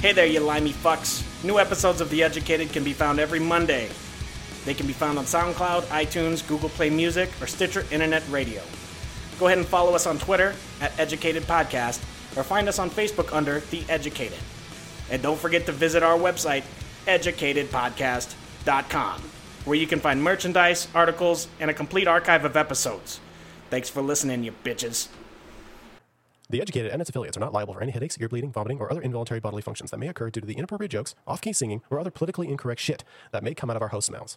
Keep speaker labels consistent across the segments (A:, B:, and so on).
A: Hey there, you limey fucks. New episodes of The Educated can be found every Monday. They can be found on SoundCloud, iTunes, Google Play Music, or Stitcher Internet Radio. Go ahead and follow us on Twitter at Educated Podcast or find us on Facebook under The Educated. And don't forget to visit our website, educatedpodcast.com, where you can find merchandise, articles, and a complete archive of episodes. Thanks for listening, you bitches.
B: The Educated and its affiliates are not liable for any headaches, ear bleeding, vomiting, or other involuntary bodily functions that may occur due to the inappropriate jokes, off key singing, or other politically incorrect shit that may come out of our host's mouths.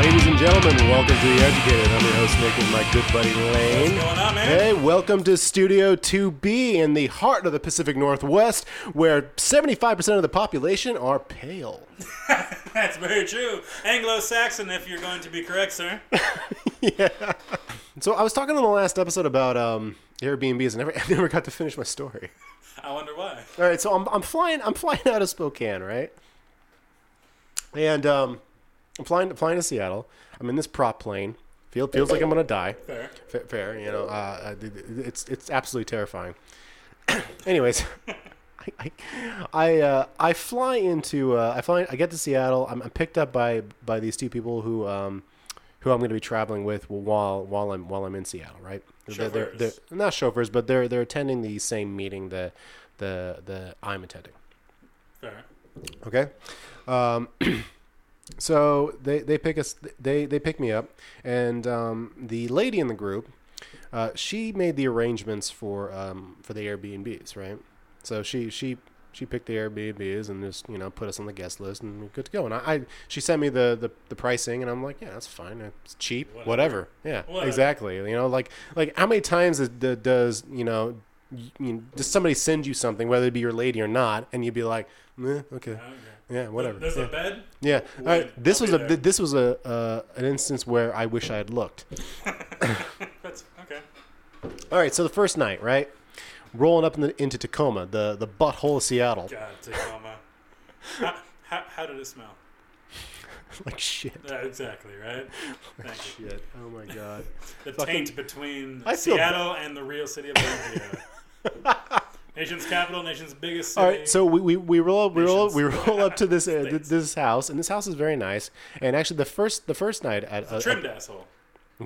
C: Ladies and gentlemen, welcome to The Educated. I'm your host, Nick, with my good buddy Lane.
A: What's going on, man?
C: Hey, welcome to Studio 2B in the heart of the Pacific Northwest, where 75% of the population are pale.
D: That's very true. Anglo-Saxon, if you're going to be correct, sir.
C: So I was talking on the last episode about um, Airbnbs, and I never, I never got to finish my story.
D: I wonder why.
C: All right, so I'm, I'm flying I'm flying out of Spokane, right? And um, I'm flying flying to Seattle. I'm in this prop plane. Feel, feels like I'm gonna die.
D: Fair.
C: Fa- fair, you know. Uh, uh, it's it's absolutely terrifying. Anyways, I I I, uh, I fly into uh, I fly I get to Seattle. I'm, I'm picked up by by these two people who um who I'm going to be traveling with while while I'm while I'm in Seattle, right? They're- they're-
D: Chauffeurs.
C: they're- not chauffeurs, but they're they're attending the same meeting that the the I'm attending.
D: Fair.
C: Okay. Um, so they, they pick us they, they pick me up and um, the lady in the group uh, she made the arrangements for um, for the Airbnbs right so she she she picked the Airbnbs and just you know put us on the guest list and we're good to go and I, I she sent me the, the the pricing and I'm like yeah that's fine it's cheap whatever, yeah
D: Whatever.
C: exactly you know like like how many times does- does you know you, you know, does somebody send you something whether it be your lady or not and you'd be like "Meh, okay yeah whatever
D: There's
C: yeah.
D: a bed.
C: Yeah, All right,
D: I'll
C: this
D: be
C: was a
D: there.
C: this was a uh, an instance where I wish I had looked.
D: That's okay.
C: All right, so the first night, right, rolling up in the, into Tacoma, the the butthole of Seattle,
D: God, Tacoma. how, how, how did it smell?
C: like shit.
D: Yeah, exactly, right? Thank you.
C: Shit. Oh my god.
D: The
C: Fucking-
D: taint between
C: I feel
D: Seattle and the real city of Olympia. nation's capital, nation's biggest city.
C: All right, so we, we, we roll up we roll
D: Nations.
C: we roll up to this uh, th-
D: States.
C: this house, and this house is very nice. And actually, the first the first night at uh,
D: Trimmed asshole.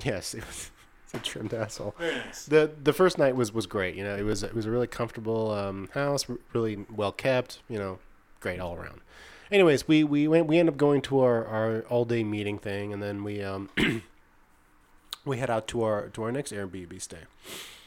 C: yes, it was, it's a trimmed asshole.
D: Very nice.
C: the the first night was was great. You know, it was it was a really comfortable um, house, r- really well kept. You know, great all around. Anyways, we we went we ended up going to our our all day meeting thing, and then we um we head out to our to our next Airbnb stay.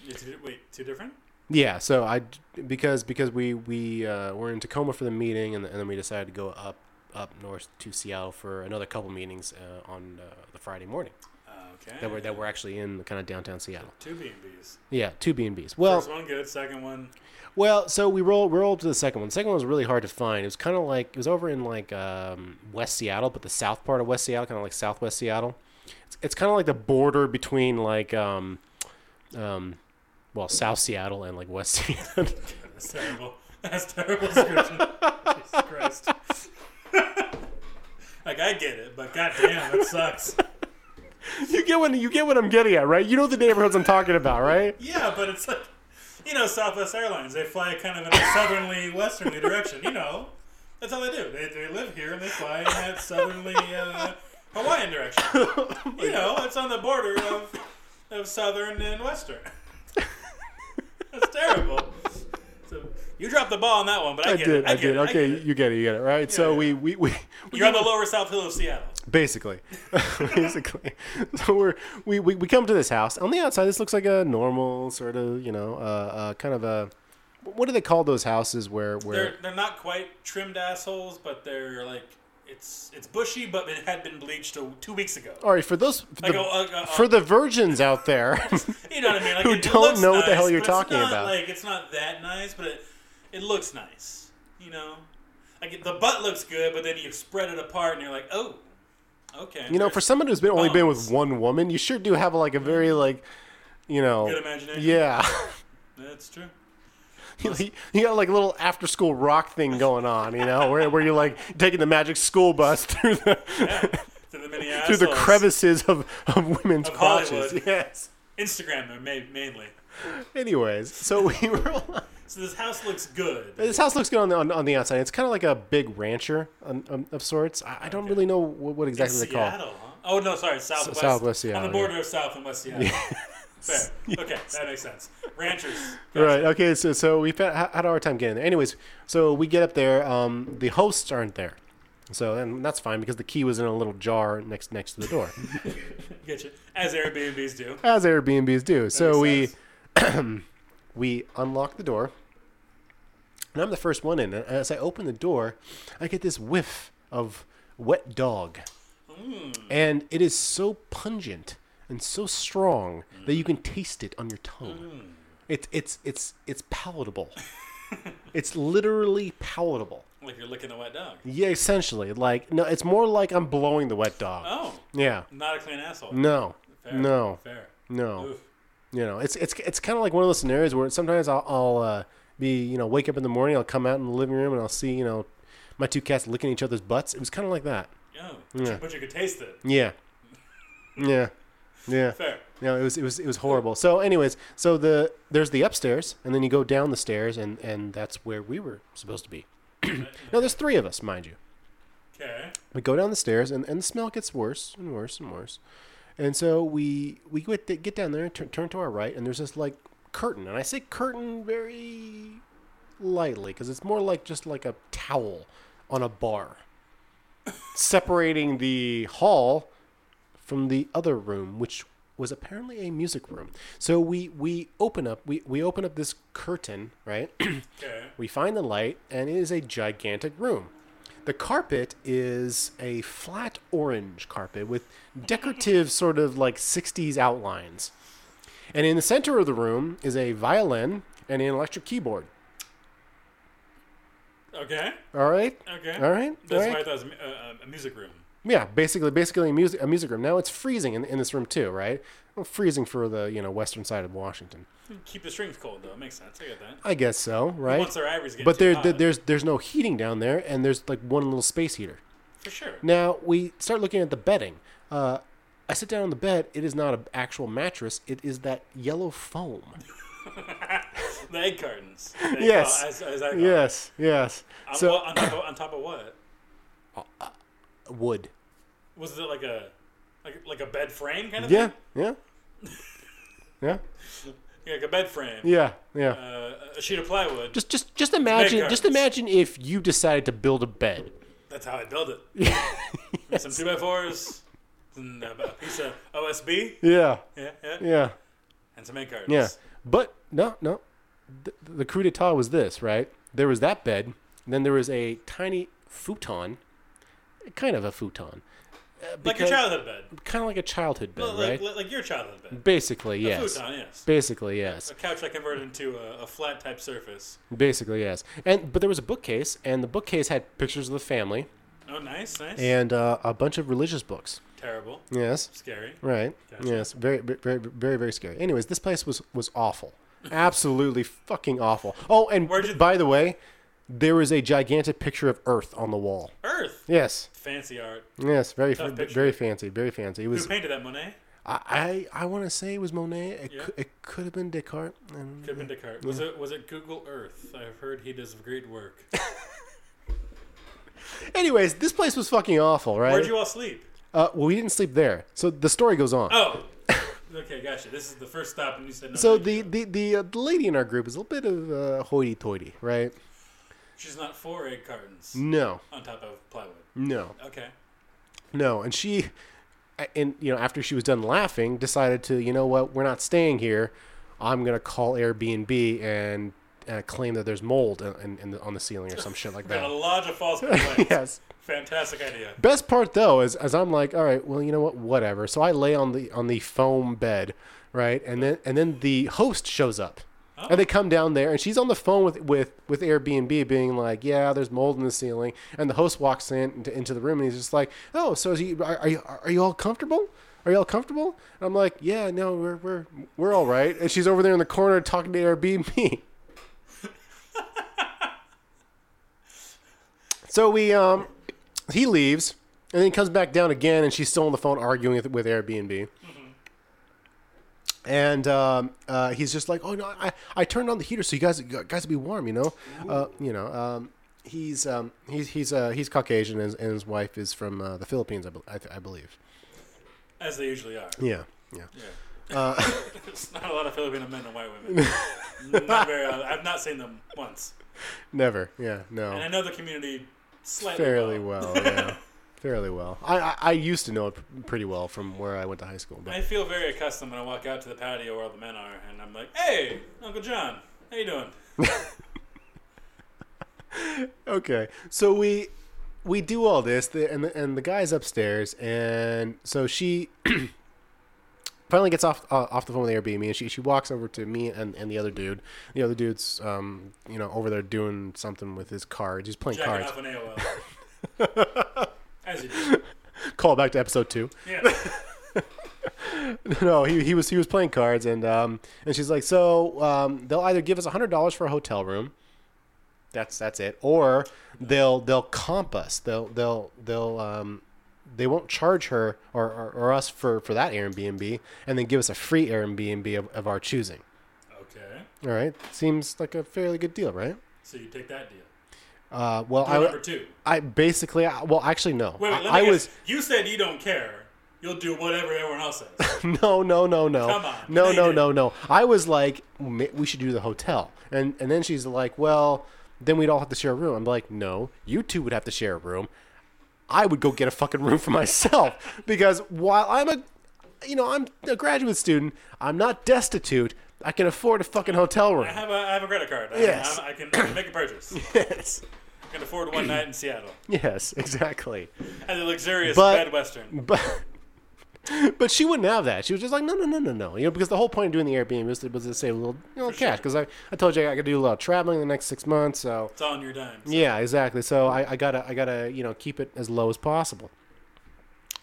D: You two- wait, two different?
C: Yeah, so I because because we we uh, were in Tacoma for the meeting, and, and then we decided to go up up north to Seattle for another couple meetings uh, on uh, the Friday morning
D: Uh, okay.
C: that were that were actually in kind of downtown Seattle.
D: Two B&Bs.
C: Yeah, two B and B's. Well,
D: First one good, second one
C: Well, so we roll roll up to the second one. The second one was really hard to find. It was kind of like it was over in like um, West Seattle, but the south part of West Seattle, kind of like Southwest Seattle. It's, it's kind of like the border between like um, um, well, South Seattle and like West Seattle.
D: That's terrible. That's terrible description. Jesus Christ. like I get it, but goddamn, that sucks.
C: you get what you get what I'm getting at, right? You know the neighborhoods I'm talking about, right?
D: Yeah, but it's like you know, Southwest Airlines, they fly kind of in a southerly, westernly direction, you know. That's how they do. They, they live here and they fly in that southerly uh, Hawaiian direction. You know, it's on the border of of southern and western. That's terrible. So you dropped the ball on that one, but I,
C: I
D: get
C: did,
D: it. I,
C: I
D: get
C: did.
D: It. I
C: Okay,
D: get it.
C: you get it, you get it, right? so
D: yeah.
C: we we we, we
D: You're on the lower South Hill of Seattle.
C: basically basically so we're we, we we come to this house on the outside this looks like a normal sort of you know uh, uh kind of a what do they call those houses where
D: They're
C: where
D: they're not quite trimmed assholes, but they're like it's it's bushy, but it had been bleached a, two weeks ago.
C: all right for those for
D: Like
C: the,
D: a- uh, a- a-
C: for the virgins out there
D: You know what I mean? Like,
C: Who
D: it- it
C: don't
D: looks
C: know what the hell
D: nice,
C: you're
D: but it's
C: talking
D: not,
C: about.
D: Like it's not that nice, but it it looks nice. You know, like it- the butt looks good, but then you spread it apart, and you're like, oh, okay.
C: you know for someone who's been only been with
D: Bones.
C: one woman you sure do have like a very like you know
D: Good imagination.
C: yeah
D: that's true.
C: you, you got like a little after school rock thing going on, you know, where, where you're like taking the magic school bus through the
D: to the many
C: through the
D: assholes.
C: crevices of, of women's
D: Of
C: crotches.
D: Hollywood.
C: Yes.
D: Instagram ma- mainly.
C: Anyways, so we were.
D: So this house looks good.
C: This house looks good on the on, on the outside. It's kind of like a big rancher on, on, of sorts. I, I don't really know what, what exactly they call. it.
D: Seattle, huh? Oh no, sorry, Southwest.
C: Southwest Seattle,
D: On the
C: yeah.
D: border of South and West Seattle. Fair. Okay, that makes sense. Ranchers. Gotcha.
C: Right. Okay. So so we fa- ha- had a hard time getting there. Anyways, so we get up there. Um, the hosts aren't there, so and that's fine because the key was in a little jar next next to the door,
D: Gotcha. As Airbnbs do.
C: as Airbnbs do. So
D: Makes
C: we
D: sense.
C: we unlock the door, and I'm the first one in. And as I open the door, I get this whiff of wet dog,
D: Hmm.
C: and it is so pungent and so strong that you can taste it on your
D: Hmm.
C: tongue. It's it's it's it's palatable. it's literally palatable.
D: like you're licking a wet dog.
C: Yeah, essentially. Like no, it's more like I'm blowing the wet dog.
D: Oh,
C: Yeah.
D: not a clean asshole.
C: No.
D: Fair.
C: No.
D: Fair.
C: No.
D: Oof.
C: You know, it's it's it's kind of like one of those scenarios where sometimes I'll, I'll uh, be you know wake up in the morning, I'll come out in the living room, and I'll see you know my two cats licking each other's butts. It was kind of like that.
D: Oh, but,
C: Yeah.
D: you, but you could taste it.
C: Yeah. Yeah. Yeah.
D: Fair.
C: No, it was it was it was horrible. So, anyways, so the there's the upstairs, and then you go down the stairs, and and that's where we were supposed to be. no, there's three of us, mind you.
D: Okay.
C: We go down the stairs, and, and the smell gets worse and worse and worse. And so we we get, get down there and turn, turn to our right, and there's this like curtain, and I say curtain very lightly because it's more like just like a towel on a bar, separating the hall from the other room, which was apparently a music room. So we we open up we we open up this curtain, right?
D: Okay.
C: We find the light, and it is a gigantic room. The carpet is a flat orange carpet with decorative, sort of like 60s outlines. And in the center of the room is a violin and an electric keyboard.
D: Okay.
C: All right?
D: Okay.
C: All right?
D: That's
C: all
D: why I
C: right.
D: thought it was mu- uh, a music room.
C: Yeah, basically, basically a music, a music room. Now it's freezing in, in this room too, right? Well, freezing for the you know western side of Washington.
D: Keep the strings cold though. Makes sense. I get that.
C: I guess so, right?
D: Once their ivories get
C: but
D: too
C: there,
D: hot,
C: there, there's there's no heating down there, and there's like one little space heater.
D: for sure.
C: Now we start looking at the bedding. Uh, I sit down on the bed. It is not an actual mattress. It is that yellow foam.
D: The egg cartons. They call-
C: Yes.
D: as- as I call it.
C: Yes, yes.
D: On,
C: So
D: well, on, top of, on top of what?
C: wood.
D: Was it like a like like a bed frame kind of
C: Yeah,
D: thing?
C: yeah, yeah,
D: Yeah. Like a bed frame.
C: yeah, yeah.
D: Uh, a sheet of plywood.
C: just, just, just imagine.
D: make
C: Just
D: curtains.
C: imagine if you decided to build a bed.
D: That's how I build it. Some two by fours, and a a piece of OSB,
C: Yeah,
D: yeah, yeah,
C: yeah,
D: and some egg cartons.
C: yeah. But no, no. The, the coup d'état was this, right? There was that bed. and then there was a tiny futon, kind of a futon,
D: like your
C: because-
D: childhood bed,
C: kind of like a childhood bed,
D: Like-
C: right?
D: like, like your childhood bed.
C: Basically, yes.
D: Futon, yes.
C: Basically, yes.
D: A couch I converted into a, a flat type surface.
C: Basically, yes. And but there was a bookcase, and the bookcase had pictures of the family
D: Oh, nice, nice.
C: and uh, a bunch of religious books.
D: Terrible,
C: Yes.
D: scary.
C: Right.
D: Gotcha.
C: Yes. Very, very, very, very, very scary. Anyways, this place was was awful. Absolutely fucking awful. Oh, and
D: Where'd you-
C: by the way, there was a gigantic picture of Earth on the wall.
D: Earth,
C: Yes.
D: fancy art.
C: Yes. Very,
D: Tough picture.
C: very fancy. Very fancy. It
D: Who
C: was.
D: painted that Monet?
C: I, I, I want to say it was Monet. It,
D: Yeah.
C: cou- it could have been Descartes. And
D: Could have been Descartes. Was it was it Google Earth? I've heard he does great work.
C: Anyways, this place was fucking awful, right?
D: Where'd you all sleep?
C: Uh, well, we didn't sleep there, so the story goes on.
D: Oh, okay, gotcha. This is the first stop, and you said no.
C: so
D: thank
C: the
D: you.
C: the the, uh, the lady in our group is a little bit of uh, hoity-toity, right?
D: she's not for egg cartons
C: No,
D: on top of plywood.
C: no,
D: Okay.
C: no. And she, and you know, after she was done laughing, decided to, you know what, we're not staying here. I'm gonna call Airbnb and uh, claim that there's mold in, in, in the, on the ceiling or some shit like
D: Got a
C: that.
D: lodge of false complaints.
C: yes.
D: Fantastic idea.
C: Best part though is as I'm like, all right, well, you know what, whatever. So I lay on the on the foam bed, right, and then and then the host shows up, and they come down there, and she's on the phone with with with Airbnb, being like, yeah, there's mold in the ceiling, and the host walks in into, into the room, and he's just like, oh, so is you, are, are you are you all comfortable? Are y'all comfortable? And I'm like, yeah, no, we're we're we're all right. And she's over there in the corner talking to Airbnb. So we um, he leaves and then he comes back down again, and she's still on the phone arguing with, with Airbnb.
D: Mm-hmm.
C: And um, uh, he's just like, "Oh no, I, I turned on the heater so you guys guys will be warm, you know, uh, you know." Um, he's um, he's he's uh, he's Caucasian, and, and his wife is from uh, the Philippines, I, be- I, th- I believe.
D: As they usually are.
C: Yeah, yeah.
D: There's not a lot of Filipino men and white women. not very. I've not seen them once,
C: Never. Yeah. No.
D: and I know the community slightly.
C: fairly
D: well.
C: well. yeah, fairly well. I, I I used to know it pretty well from where I went to high school, but
D: I feel very accustomed when I walk out to the patio where all the men are, and I'm like, "Hey, Uncle John, how you doing?"
C: okay. So we we do all this, the, and the, and the guy's upstairs, and so she finally gets off uh, off the phone with Airbnb, and she she walks over to me and, and the other dude. The other dude's um you know over there doing something with his cards. He's playing
D: Jacking
C: cards.
D: off an AOL. As you do.
C: Call back to episode two.
D: Yeah.
C: no, he, he was he was playing cards, and um, and she's like, so um, they'll either give us hundred dollars for a hotel room, that's that's it, or they'll they'll comp us, they'll they'll they'll um, they won't charge her or, or, or us for for that Airbnb, and then give us a free Airbnb of, of our choosing.
D: Okay.
C: All right, seems like a fairly good deal, right?
D: So you take that deal.
C: Uh, well,
D: Deal number
C: I
D: two.
C: I basically I, well actually no,
D: Wait, wait let me
C: I, I
D: guess.
C: was
D: You said you don't care. You'll do whatever everyone else says.
C: No, no, no, no.
D: Come on.
C: No,
D: They
C: no,
D: did.
C: no, no. I was like, "Ma- we should do the hotel. And and then she's like, well, then we'd all have to share a room. I'm like, no, you two would have to share a room. I would go get a fucking room for myself because while I'm a you know, I'm a graduate student, I'm not destitute. I can afford a fucking hotel room.
D: I have a, I have a credit card. I,
C: Yes.
D: I, I, can, I can make a purchase. I
C: Yes.
D: can afford one night in Seattle
C: Yes, exactly.
D: at the luxurious
C: But-
D: Bed Western.
C: But but she wouldn't have that. She was just like, no, no, no, no, no. You know, because the whole point of doing the Airbnb was to, was to save a little you know, cash. Because I, I told you I got to do a lot of traveling in the next six months. So
D: It's all on your dime. So
C: yeah, exactly. So I, I gotta I gotta you know keep it as low as possible.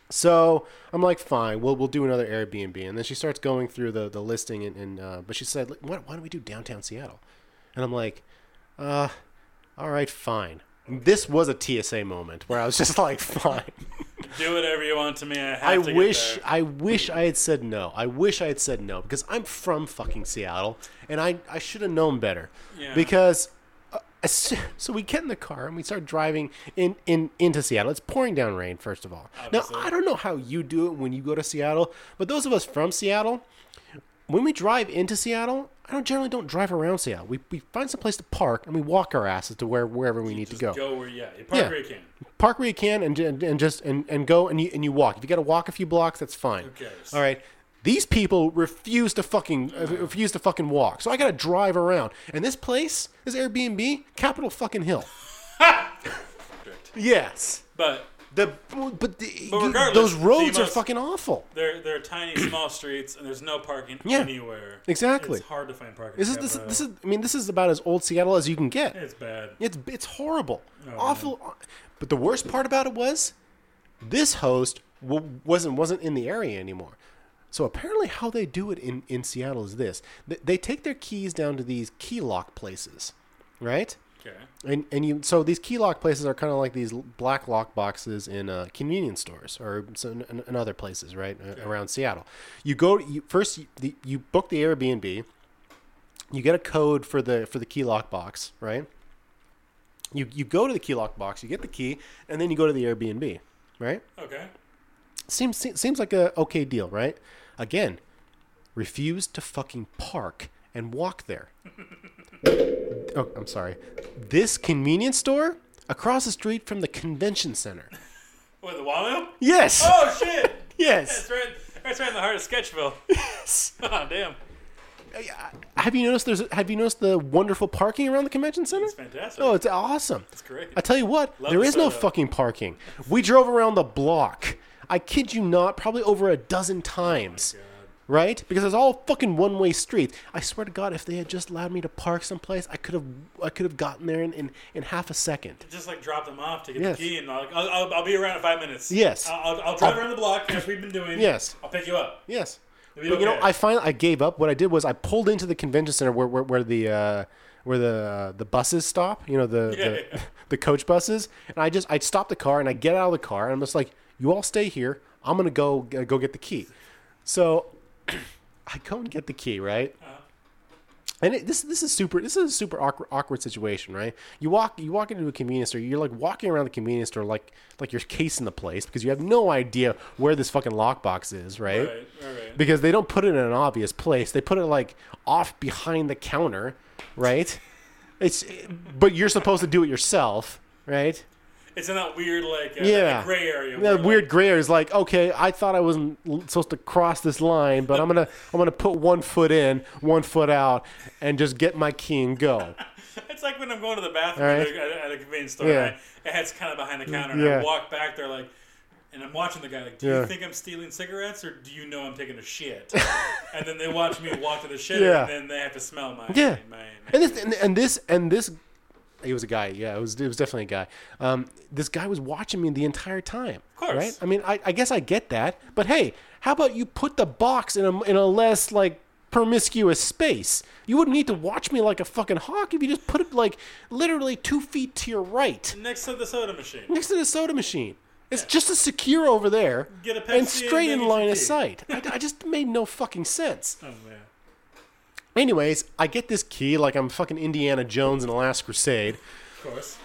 C: So I'm like, fine, we'll we'll do another Airbnb. And then she starts going through the the listing and, and uh, but she said, why, why don't we do downtown Seattle? And I'm like, uh, all right, fine. This was a TSA moment where I was just like, fine.
D: Do whatever you want to me. I have
C: I
D: to get
C: wish
D: there.
C: I wish I had said no. I wish I had said no because I'm from fucking Seattle and I I should have known better.
D: Yeah.
C: Because uh, as soo- so we get in the car and we start driving in, in into Seattle. It's pouring down rain first of all.
D: Obviously.
C: Now, I don't know how you do it when you go to Seattle, but those of us from Seattle, when we drive into Seattle, I don't generally don't drive around Seattle. We, we find some place to park and we walk our asses to where wherever we need
D: Just
C: to go
D: go where yeah. You park
C: Yeah.
D: where you can.
C: park where you can and, and, and just and, and go and you and you walk. If you got to walk a few blocks, that's fine.
D: cares?
C: All right. These people refuse to fucking uh, refuse to fucking walk. So I got to drive around. And this place, this Airbnb, Capitol fucking Hill. yes.
D: But
C: The but, the,
D: But
C: you-
D: regardless,
C: those
D: the
C: roads are
D: most-
C: fucking awful.
D: They're, they're tiny, small streets, and there's no parking
C: Yeah,
D: anywhere.
C: exactly.
D: It's hard to find parking.
C: This is
D: in
C: this,
D: Capitol.
C: this is I mean this is about as old Seattle as you can get.
D: It's bad.
C: It's it's horrible, awful. But the worst part about it was, this host w- wasn't wasn't in the area anymore. So apparently, how they do it in in Seattle is this: they, they take their keys down to these key lock places, right?
D: Okay.
C: And and you so these key lock places are kind of like these l- black lock boxes in uh, convenience stores or so in, in other places, right, uh, around Seattle. You go you, first. You, the, you book the Airbnb. You get a code for the for the key lock box, right? You you go to the key lock box, you get the key, and then you go to the Airbnb, right?
D: Okay.
C: Seems se- seems like a okay deal, right? Again, refuse to fucking park and walk there. oh, I'm sorry. This convenience store across the street from the convention center.
D: What, the Wallow?
C: Yes.
D: Oh, shit! That's
C: Yes.
D: right, that's right in the heart of Sketchville. oh, damn.
C: Have you noticed there's have you noticed the wonderful parking around the convention center?
D: It's fantastic.
C: Oh, it's awesome. It's
D: great.
C: I tell you what,
D: Love
C: there
D: the
C: is no
D: photo.
C: fucking parking. We drove around the block. I kid you not, probably over a dozen
D: Oh
C: times. right? Because it's all fucking one-way streets. I swear to God, if they had just allowed me to park someplace, I could have I could have gotten there in, in, in half a second.
D: Just like drop them off to get
C: Yes.
D: the key, and I'll, I'll, I'll, I'll be around in five minutes.
C: Yes.
D: I'll, I'll, I'll drive around the block as we've been doing.
C: Yes.
D: I'll pick you up.
C: Yes.
D: It'll be
C: But you know,
D: okay.
C: I finally I gave up. What I did was I pulled into the convention center where where, where the uh, where the uh, the buses stop. You know the
D: Yeah,
C: the,
D: yeah.
C: the coach buses, and I just I stop the car and I get out of the car and I'm just like, you all stay here. I'm gonna go uh, go get the key. So I go and get the key, right?
D: Uh-huh.
C: And it, this this is super this is a super awkward, awkward situation, right? You walk you walk into a convenience store, you're like walking around the convenience store like like you're casing the place because you have no idea where this fucking lockbox is, right?
D: Right, right, right.
C: Because they don't put it in an obvious place. They put it like off behind the counter, right? It's but you're supposed to do it yourself, right?
D: It's in that weird, like, uh,
C: Yeah.
D: that gray area. where,
C: That
D: like,
C: weird gray area is like, okay, I thought I wasn't l- supposed to cross this line, but I'm gonna I'm gonna put one foot in, one foot out, and just get my key and go.
D: It's like when I'm going to the bathroom
C: All
D: at,
C: right.
D: a, at a- at a convenience store.
C: Yeah. Mm,
D: And I, head's kind of behind the counter, and I
C: Yeah.
D: walk back there like, and I'm watching the guy like, "Do you
C: Yeah.
D: think I'm stealing cigarettes, or do you know I'm taking a shit?" and then they watch me walk to the shit,
C: Yeah.
D: and then they have to smell my
C: Yeah.
D: my-
C: And this and, and this and this it was a guy, yeah, it was it was definitely a guy. Um, this guy was watching me the entire time. Of
D: course.
C: Right? I mean I, I guess I get that. But hey, how about you put the box in a in a less like promiscuous space? You wouldn't need to watch me like a fucking hawk if you just put it like literally two feet to your right.
D: next to the soda machine. Oh,
C: next to the soda machine. It's just as secure over there
D: Get a Pepsi
C: and straight
D: and then
C: in
D: you
C: line
D: can
C: of
D: pee.
C: sight. I, I just made no fucking sense.
D: Oh man.
C: Anyways, I get this key like I'm fucking Indiana Jones in The Last Crusade.
D: Of course.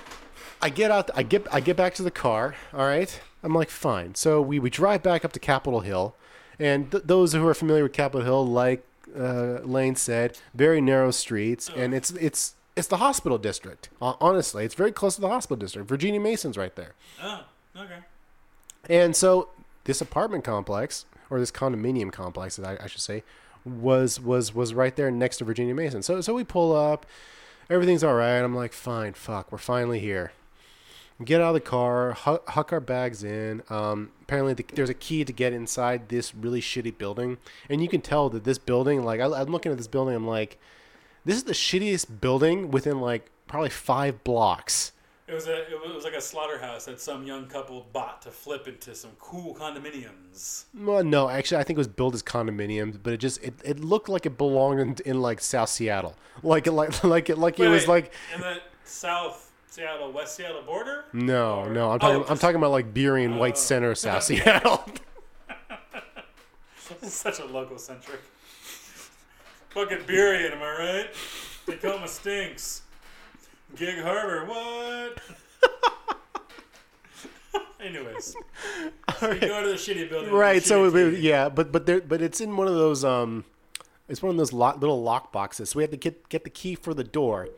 C: I get out. I get. I get back to the car. All right. I'm like, fine. So we, we drive back up to Capitol Hill, and th- those who are familiar with Capitol Hill, like uh, Lane said, very narrow streets, and it's it's it's the hospital district. Hon- Honestly, it's very close to the hospital district. Virginia Mason's right there.
D: Oh, okay.
C: And so this apartment complex, or this condominium complex, that I, I should say, was was was right there next to Virginia Mason. So so we pull up, everything's all right. I'm like, fine, fuck, we're finally here. Get out of the car, huck, huck our bags in. Um, apparently, the, there's a key to get inside this really shitty building, and you can tell that this building, like, I, I'm looking at this building, I'm like, this is the shittiest building within like probably five blocks.
D: It was a it was like a slaughterhouse that some young couple bought to flip into some cool condominiums.
C: Well, no, actually, I think it was billed as condominiums, but it just it, it looked like it belonged in, in like South Seattle, like like like it like it was like
D: in the South Seattle West Seattle border.
C: Hmm? no
D: Or-
C: no I'm
D: Oh,
C: talking I'm
D: just-
C: talking about like Beery and White Center
D: Oh.
C: South Seattle.
D: Such a local centric. Fucking Burien, am I right? Tacoma stinks. Gig Harbor, what? Anyways, so you go to the shitty building.
C: right,
D: the
C: so
D: shitty
C: it, would-
D: key.
C: yeah, but but there but it's in one of those um, it's one of those lock, little lock boxes. So we had to get get the key for the door.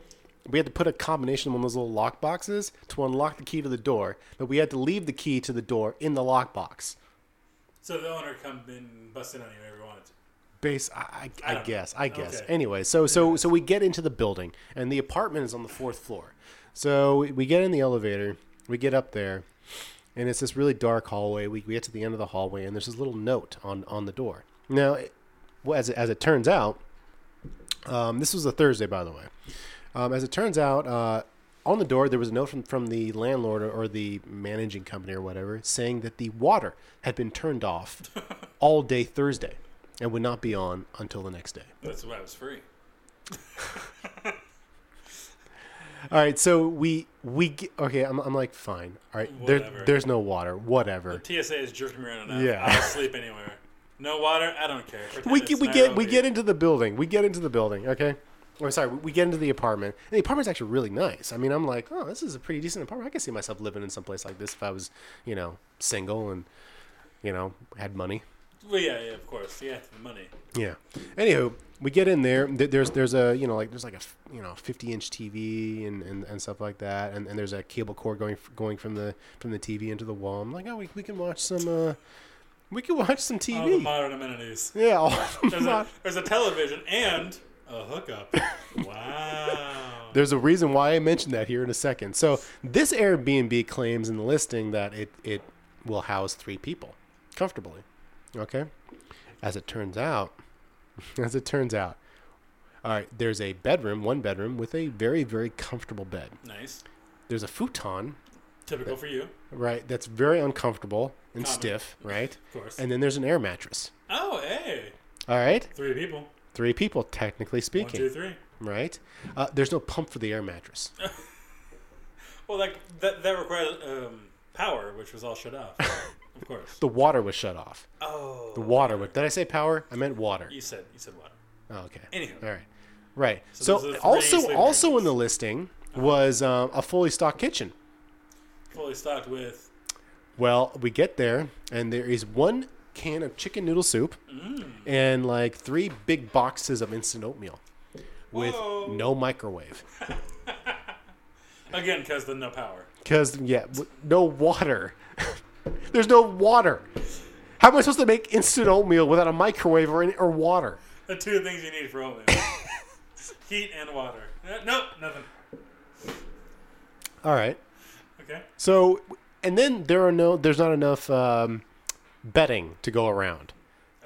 C: We had to put a combination of one of those little lock boxes to unlock the key to the door, but we had to leave the key to the door in the lock box.
D: So the owner come in and busted on you whenever he wanted. to.
C: Base, I, I, I
D: don't
C: guess,
D: know.
C: I guess.
D: Okay.
C: Anyway, so so so we get into the building, and the apartment is on the fourth floor. So we, we get in the elevator, we get up there, and it's this really dark hallway. We, we get to the end of the hallway, and there's this little note on on the door. Now, it, well, as it, as it turns out, um, this was a Thursday, by the way. Um, as it turns out, uh, on the door there was a note from, from the landlord or, or the managing company or whatever saying that the water had been turned off all day Thursday and would not be on until the next day.
D: That's why I was free.
C: All right, so we we g okay. I'm, I'm like fine. All right, there,
D: Whatever.
C: there's no water. Whatever.
D: TSA is jerking me around enough.
C: Yeah.
D: I'll sleep anywhere. No water. I don't care. Pretend
C: we
D: it's
C: get we get we
D: Nairobi.
C: get into the building. We get into the building. Okay. Or sorry, we get into the apartment. And the apartment's actually really nice. I mean, I'm like, oh, this is a pretty decent apartment. I could see myself living in some place like this if I was, you know, single and, you know, had money.
D: Well, yeah, yeah, of course. Yeah, the money.
C: Yeah. Anywho, we get in there. Th- There's there's a you know like there's like a f- you know 50 inch TV and, and, and stuff like that, and, and there's a cable cord going f- going from the from the TV into the wall. I'm like, oh, we, we can watch some uh, we can watch some
D: All the
C: TV.
D: modern amenities.
C: yeah. all the
D: There's
C: mod-
D: a, there's a television and a hookup. Wow.
C: There's a reason why I mentioned that here in a second. So this Airbnb claims in the listing that it it will house three people comfortably. Okay. As it turns out, as it turns out, all right. There's a bedroom, one bedroom with a very very comfortable bed.
D: Nice.
C: There's a futon,
D: Typical for you.
C: right? That's very uncomfortable and stiff, right?
D: Of course.
C: And then there's an air mattress.
D: Oh, hey.
C: All right,
D: Three people.
C: three people technically
D: One, two,
C: speaking.
D: three.
C: right? Uh, there's no pump for the air mattress.
D: Well, like that, that required um, power, which was all shut off. of course.
C: The water was shut off.
D: Oh,
C: The water. Would, did I say power? I meant water.
D: you said you said what?
C: Oh, okay.
D: Anywho.
C: All right. Right.
D: So
C: So,
D: those are the three
C: also
D: sleep
C: also in the listing was um, a fully stocked kitchen.
D: Fully stocked with.
C: Well, we get there, and there is one can of chicken noodle soup
D: Mm.
C: and like three big boxes of instant oatmeal with
D: Whoa.
C: no microwave.
D: Again, because the no power.
C: Because, yeah, w- no water. There's no water. How am I supposed to make instant oatmeal without a microwave or, any, or water?
D: The two things you need for oatmeal: heat and water. Uh, nope, nothing.
C: All right.
D: Okay.
C: So, and then there are no, there's not enough um, bedding to go around.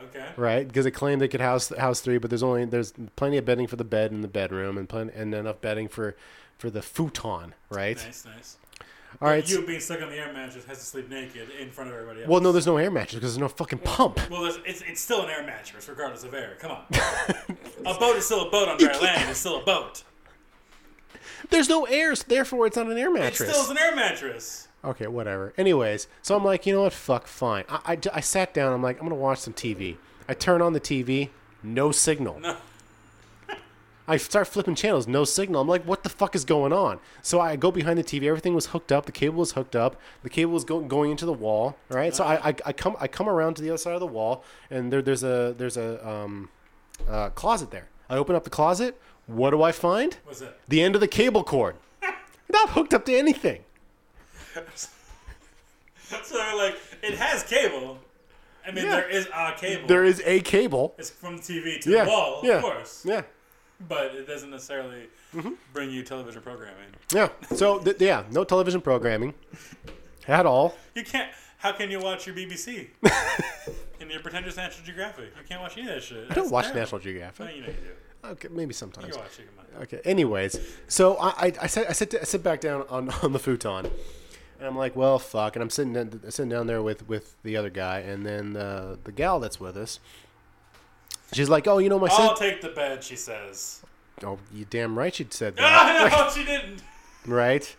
D: Okay.
C: right? Because it claimed they could house house three, but there's only there's plenty of bedding for the bed in the bedroom and plenty and enough bedding for for the futon, right?
D: Nice, nice.
C: All right.
D: You being stuck on the air mattress has to sleep naked in front of everybody else.
C: well, no, there's no air mattress because there's no fucking pump.
D: Well, there's- it's, it's still an air mattress, regardless of air. Come on. a boat is still a boat on dry land. It's still a boat.
C: There's no air, so therefore it's not an air
D: It
C: mattress.
D: still is an air mattress.
C: okay, whatever. Anyways, so I'm like, you know what? Fuck, fine. I, I, I sat down. I'm like, I'm gonna watch some TV. I turn on the TV. No signal.
D: No.
C: I start flipping channels, no signal. I'm like, what the fuck is going on? So I go behind the TV. Everything was hooked up. The cable was hooked up. The cable was go- going into the wall. All right. So I, I, I come I come around to the other side of the wall, and there, there's a there's a um, uh, closet there. I open up the closet. What do I find?
D: What's that?
C: The end of the cable cord. Not hooked up to anything.
D: So they're like, it has cable. I mean,
C: Yeah.
D: there is a cable.
C: There is a cable.
D: It's from the TV to
C: Yeah.
D: the wall,
C: yeah. Mm-hmm.
D: of course.
C: Yeah.
D: But it doesn't necessarily bring you television programming.
C: Yeah. So th- yeah, no television programming at all.
D: You can't. How can you watch your BBC? and your pretentious National Geographic. You can't watch any of that shit.
C: I don't watch National Geographic.
D: No, you know you do.
C: Okay, maybe sometimes.
D: You watch it. Come on.
C: Okay. Anyways, so I I, I sit I sit I sit back down on, on the futon, and I'm like, well, fuck, and I'm sitting down, sitting down there with with the other guy, and then the the gal that's with us. She's like, oh, you know my
D: I'll
C: sister.
D: take the bed, she says.
C: Oh, you damn right she said that,
D: Ah, no, she didn't.
C: right?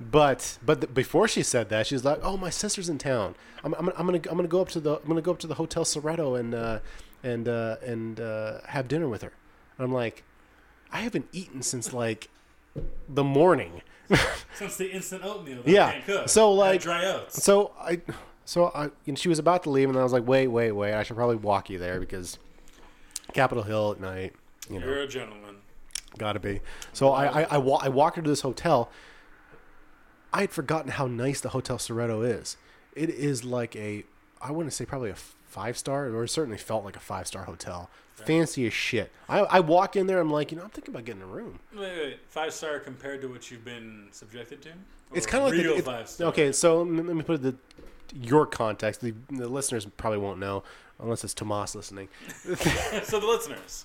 C: But but th- before she said that, she's like, oh, my sister's in town. I'm, I'm, gonna- I'm gonna I'm gonna go up to the I'm gonna go up to the hotel Soretto and uh, and uh, and uh, have dinner with her. And I'm like, I haven't eaten since like the morning.
D: Since the instant oatmeal, that
C: Yeah.
D: I can't cook.
C: So,
D: And
C: like-
D: dry oats.
C: So I, so I, and she was about to leave, and I was like, wait, wait, wait. I should probably walk you there because Capitol Hill at night, you know,
D: You're a gentleman.
C: gotta be. So I, I, I, wa- I walked her to this hotel. I had forgotten how nice the Hotel Soretto is. It is like a, I wouldn't say probably a five star, or it certainly felt like a five star hotel. Fancy as shit. I, I walk in there, I'm like, you know, I'm thinking about getting a room.
D: Wait, wait, wait. Five star compared to what you've been subjected to?
C: It's
D: Or
C: kind of like
D: real
C: the, it-
D: five star.
C: Okay, so let me- let me put it the your context. The, the listeners probably won't know unless it's Tomas listening.
D: so the listeners.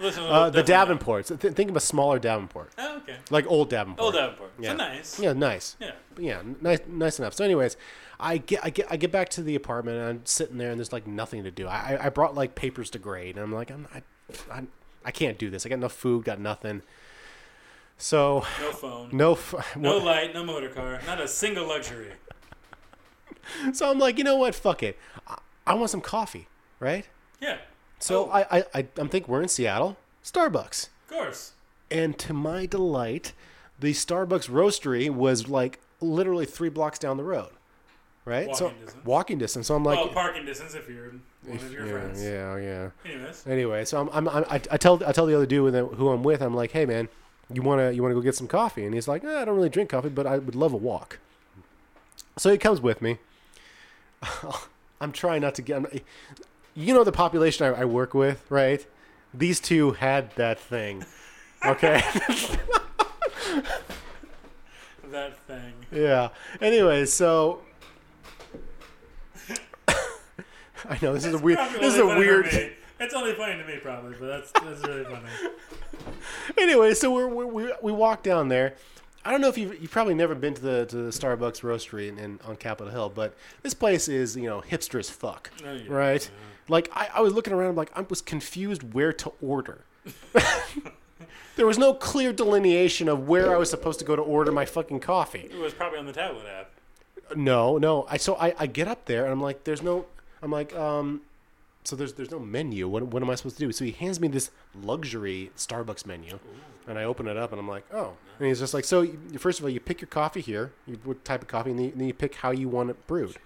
C: Uh,
D: Listeners
C: the
D: will definitely know.
C: Davenports. Th- think of a smaller Davenport,
D: Oh, okay.
C: like old Davenport.
D: Old Davenport.
C: Yeah.
D: So nice.
C: Yeah, nice.
D: Yeah.
C: But yeah, n- nice, nice enough. So, anyways, I get, I get, I get back to the apartment and I'm sitting there and there's like nothing to do. I, I- I brought like papers to grade and I'm like, I'm, I, I, I can't do this. I got no food, got nothing. So
D: No phone. No,
C: no, f-
D: light. No motor car. Not a single luxury.
C: so I'm like, you know what? Fuck it. I, I want some coffee, right?
D: Yeah.
C: So
D: Oh,
C: I, I, I, I think we're in Seattle, Starbucks.
D: of course.
C: And to my delight, the Starbucks roastery was like literally three blocks down the road. Right? so
D: Walking
C: walking distance.
D: distance. Oh,
C: So I'm like
D: well, parking distance if you're one of your
C: yeah,
D: friends.
C: yeah, oh, yeah.
D: Anyways.
C: Anyway, so I'm, I'm, I'm I, I tell I tell the other dude with who I'm with, I'm like, hey man, you wanna you wanna go get some coffee? And he's like, eh, I don't really drink coffee, but I would love a walk. So he comes with me. I'm trying not to get. I'm- you know the population I, I work with, right? These two had that thing. Okay.
D: That thing.
C: Yeah. Anyway, so I know this is a weird.
D: Probably
C: This is a
D: only funny to
C: weird.
D: me. It's only funny to me, probably, but that's that's really funny.
C: Anyway, so we're, we're, we we walk down there. I don't know if you've, you've probably never been to the to the Starbucks roastery in, in on Capitol Hill, but this place is you know hipster as fuck,
D: No, you-
C: right? Like I, I was looking around, I'm like I was confused where to order. There was no clear delineation of where I was supposed to go to order my fucking coffee.
D: It was probably on the tablet app.
C: No, no. I so I, I get up there and I'm like, there's no. I'm like, um, so there's there's no menu. What what am I supposed to do? So he hands me this luxury Starbucks menu, and I open it up and I'm like, oh. And he's just like, so you, first of all, you pick your coffee here, you what type of coffee, and then you, then you pick how you want it brewed.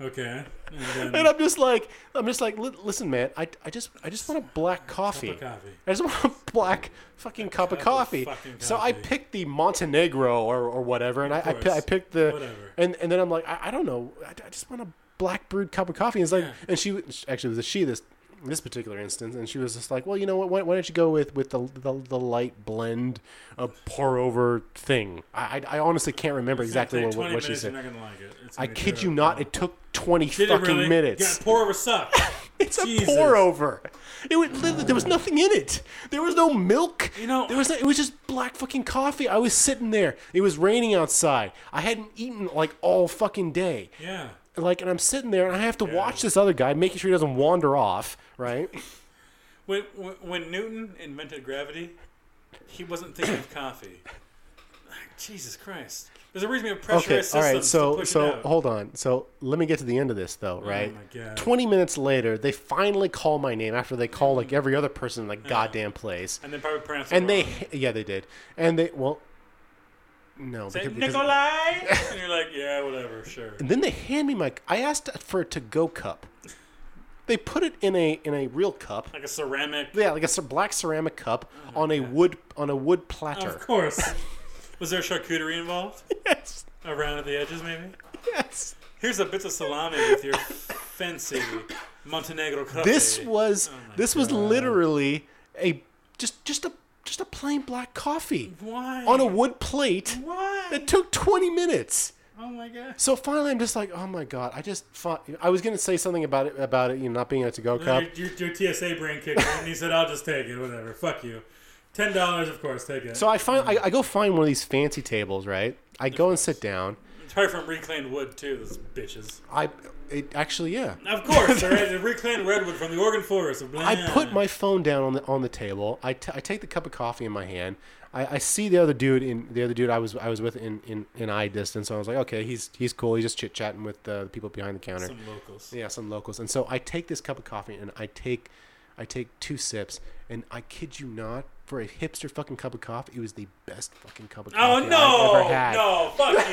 D: Okay. And then
C: And I'm just like, I'm just like, "Li- listen, man, I, I just I just want a black coffee.
D: coffee.
C: I just want a black fucking cup of
D: of
C: coffee.
D: fucking
C: So I
D: coffee.
C: picked the Montenegro or, or whatever, and I, I, pi-
D: course.
C: I picked the
D: Whatever.
C: and and then I'm like, I, I don't know, I, I just want a black brewed cup of coffee. And it's like, and she was- actually it was a she this this particular instance, and she was just like, well, you know what? Why, why don't you go with with the the, the light blend, a pour over thing? I I, I honestly can't remember exactly
D: Take
C: what,
D: 20
C: what, what she
D: minutes,
C: said.
D: You're not gonna like it. It's
C: I
D: gonna be
C: kid you
D: terrible.
C: not, it took twenty
D: Did it
C: fucking
D: really?
C: minutes.
D: Yeah, pour over suck.
C: It's
D: Jesus.
C: a pour over. It was, literally- there was nothing in it. There was no milk.
D: You know-
C: there was no, it was just black fucking coffee. I was sitting there. It was raining outside. I hadn't eaten like all fucking day.
D: Yeah.
C: Like, and I'm sitting there, and I have to watch this other guy, making sure he doesn't wander off. Right?
D: When, when when Newton invented gravity, he wasn't thinking of coffee. Jesus Christ. There's a reason we have pressurized
C: Okay. All
D: systems
C: right.
D: to
C: So,
D: push
C: so
D: it out. Oh
C: hold on. So let me get to the end of this though. Right?
D: my God.
C: Twenty minutes later, they finally call my name after they
D: Mm-hmm.
C: call like every other person in the goddamn place.
D: and then probably pronounce it
C: And they,
D: wrong.
C: yeah, they did. And they, well, no.
D: Say,
C: because- because-
D: Nikolai, and you're like, yeah, whatever, sure.
C: and then they hand me my. I asked for a to-go cup. They put it in a in a real cup.
D: Like a ceramic.
C: Yeah, like a cer- black ceramic cup on a wood on a wood
D: Oh Of
C: platter.
D: course. Was there charcuterie involved?
C: Yes,
D: Around at the edges, maybe.
C: yes.
D: Here's a bit of salami with your fancy Montenegro coffee.
C: This was
D: Oh my
C: this was literally a just just a just a plain black coffee
D: why
C: on a wood plate.
D: why?
C: It took twenty minutes.
D: Oh my god!
C: So finally, I'm just like, oh my god! I just fought. I was gonna say something about it about it, you know, not being a to-go cup.
D: Your, your, your TSA brain kicked in, and he said, "I'll just take it, whatever. Fuck you. Ten dollars, of course, take it."
C: So I find I, I go find one of these fancy tables, right? I go and sit down.
D: it's probably from reclaimed wood too. Those bitches.
C: I it actually yeah.
D: Of course, they're they're reclaimed redwood from the Oregon forest. Of
C: I put my phone down on the on the table. I, t- I take the cup of coffee in my hand. I, I see the other dude in the other dude I was I was with in, in, in eye distance. So I was like, okay, he's he's cool. He's just chit chatting with the people behind the counter.
D: some locals.
C: Yeah, some locals. And so I take this cup of coffee and I take I take two sips and I kid you not, for a hipster fucking cup of coffee, it was the best fucking cup of
D: Oh
C: coffee
D: no!
C: I've ever had.
D: No, fuck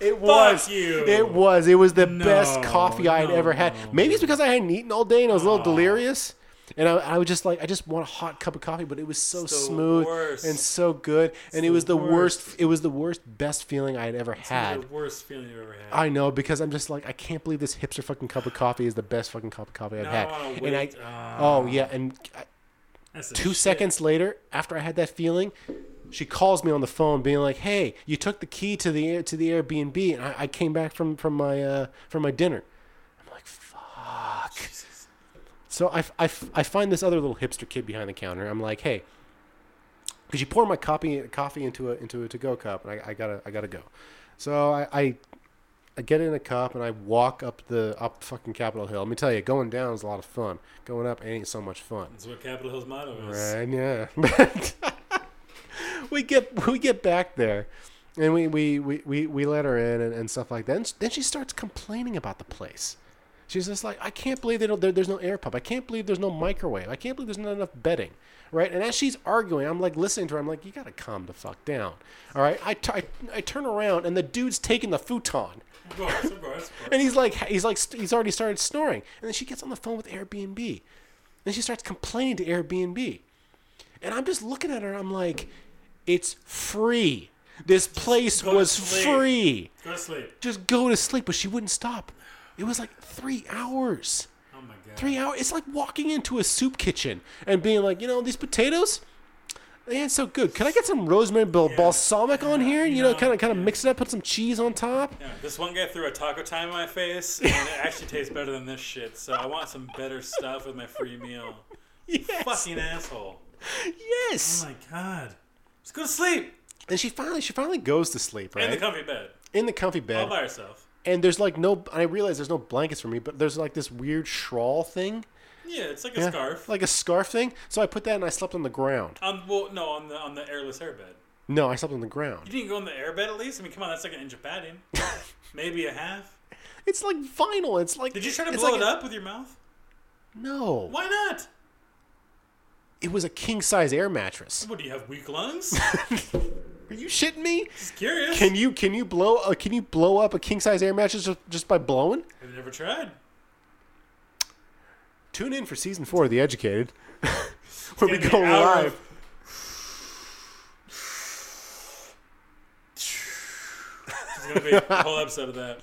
D: you.
C: It was.
D: you.
C: It was. It was the best
D: No,
C: coffee I had
D: no,
C: ever had.
D: no.
C: Maybe it's because I hadn't eaten all day and I was a little delirious. And I, I was just like, I just want a hot cup of coffee, but it was so
D: It's the
C: smooth
D: worst.
C: and so good, and it was
D: the
C: the worst. It was the worst, best feeling I had ever had. Uh,
D: the worst feeling you've ever had.
C: I know because I'm just like, I can't believe this hipster fucking cup of coffee is the best fucking cup of coffee I've
D: Now I
C: had.
D: wanna
C: and I,
D: wait. uh.
C: oh yeah, and I,
D: That's some
C: two
D: shit.
C: seconds later, after I had that feeling, she calls me on the phone, being like, "Hey, you took the key to the air to the Airbnb, and I, I came back from from my uh, from my dinner." I'm like, "Fuck." So I, f- I, f- I find this other little hipster kid behind the counter. I'm like, "Hey, could you pour my coffee coffee into a into a to go cup?" And I, I gotta I gotta go. So I, I I get in a cup and I walk up the up fucking Capitol Hill. Let me tell you, going down is a lot of fun. Going up ain't so much fun.
D: That's what Capitol Hill's motto is.
C: Right, yeah. we get we get back there, and we we we, we, we let her in and, and stuff like that. And s- then she starts complaining about the place. She's just like, I can't believe they don't. There, there's no air pump. I can't believe there's no microwave. I can't believe there's not enough bedding. Right. And as she's arguing, I'm like listening to her. I'm like, you gotta calm the fuck down. All right. I tu- I I turn around and the dude's taking the futon.
D: Of course, of course, of course.
C: And he's like, he's like, st- he's already started snoring. And then she gets on the phone with Airbnb, and she starts complaining to Airbnb. And I'm just looking at her. and I'm like, it's free. This place
D: go to
C: was
D: sleep.
C: free.
D: Go to sleep.
C: Just go to sleep. But she wouldn't stop. It was like three hours.
D: Oh my god.
C: Three hours. It's like walking into a soup kitchen and being like, you know, these potatoes. They ain't so good. Can I get some rosemary bal- balsamic on here? You know,
D: No,
C: kind of, kind of mix it up. Put some cheese on top.
D: Yeah, this one guy threw a taco time in my face, and it actually tastes better than this shit. So I want some better stuff with my free meal.
C: Yes.
D: Fucking asshole.
C: Yes.
D: Oh my god. Just go to sleep.
C: And she finally she finally goes to sleep, right?
D: In the Oh comfy bed.
C: comfy
D: All
C: bed.
D: by herself.
C: and there's like no I realize there's no blankets for me, but there's like this weird shawl thing
D: Yeah, it's like a
C: Yeah,
D: scarf.
C: Like a scarf thing. So I put that and I slept on the ground.
D: on well, no, on the on the airless airbed.
C: No, I slept on the
D: You
C: ground.
D: didn't go on the airbed at least. I mean, come on, that's like an inch of padding, maybe a half.
C: It's like vinyl. It's like.
D: Did you try to
C: it's
D: blow
C: like
D: it
C: a-
D: up with your mouth?
C: No.
D: Why not?
C: It was a king size air mattress.
D: What do you have weak lungs?
C: Are you shitting me?
D: Just curious.
C: Can you can you blow uh, can you blow up a king size air mattress just, just by blowing?
D: I've never tried.
C: Tune in for season four of The Educated, where we
D: Get
C: go
D: me out
C: live.
D: of- There's gonna be a whole episode of that.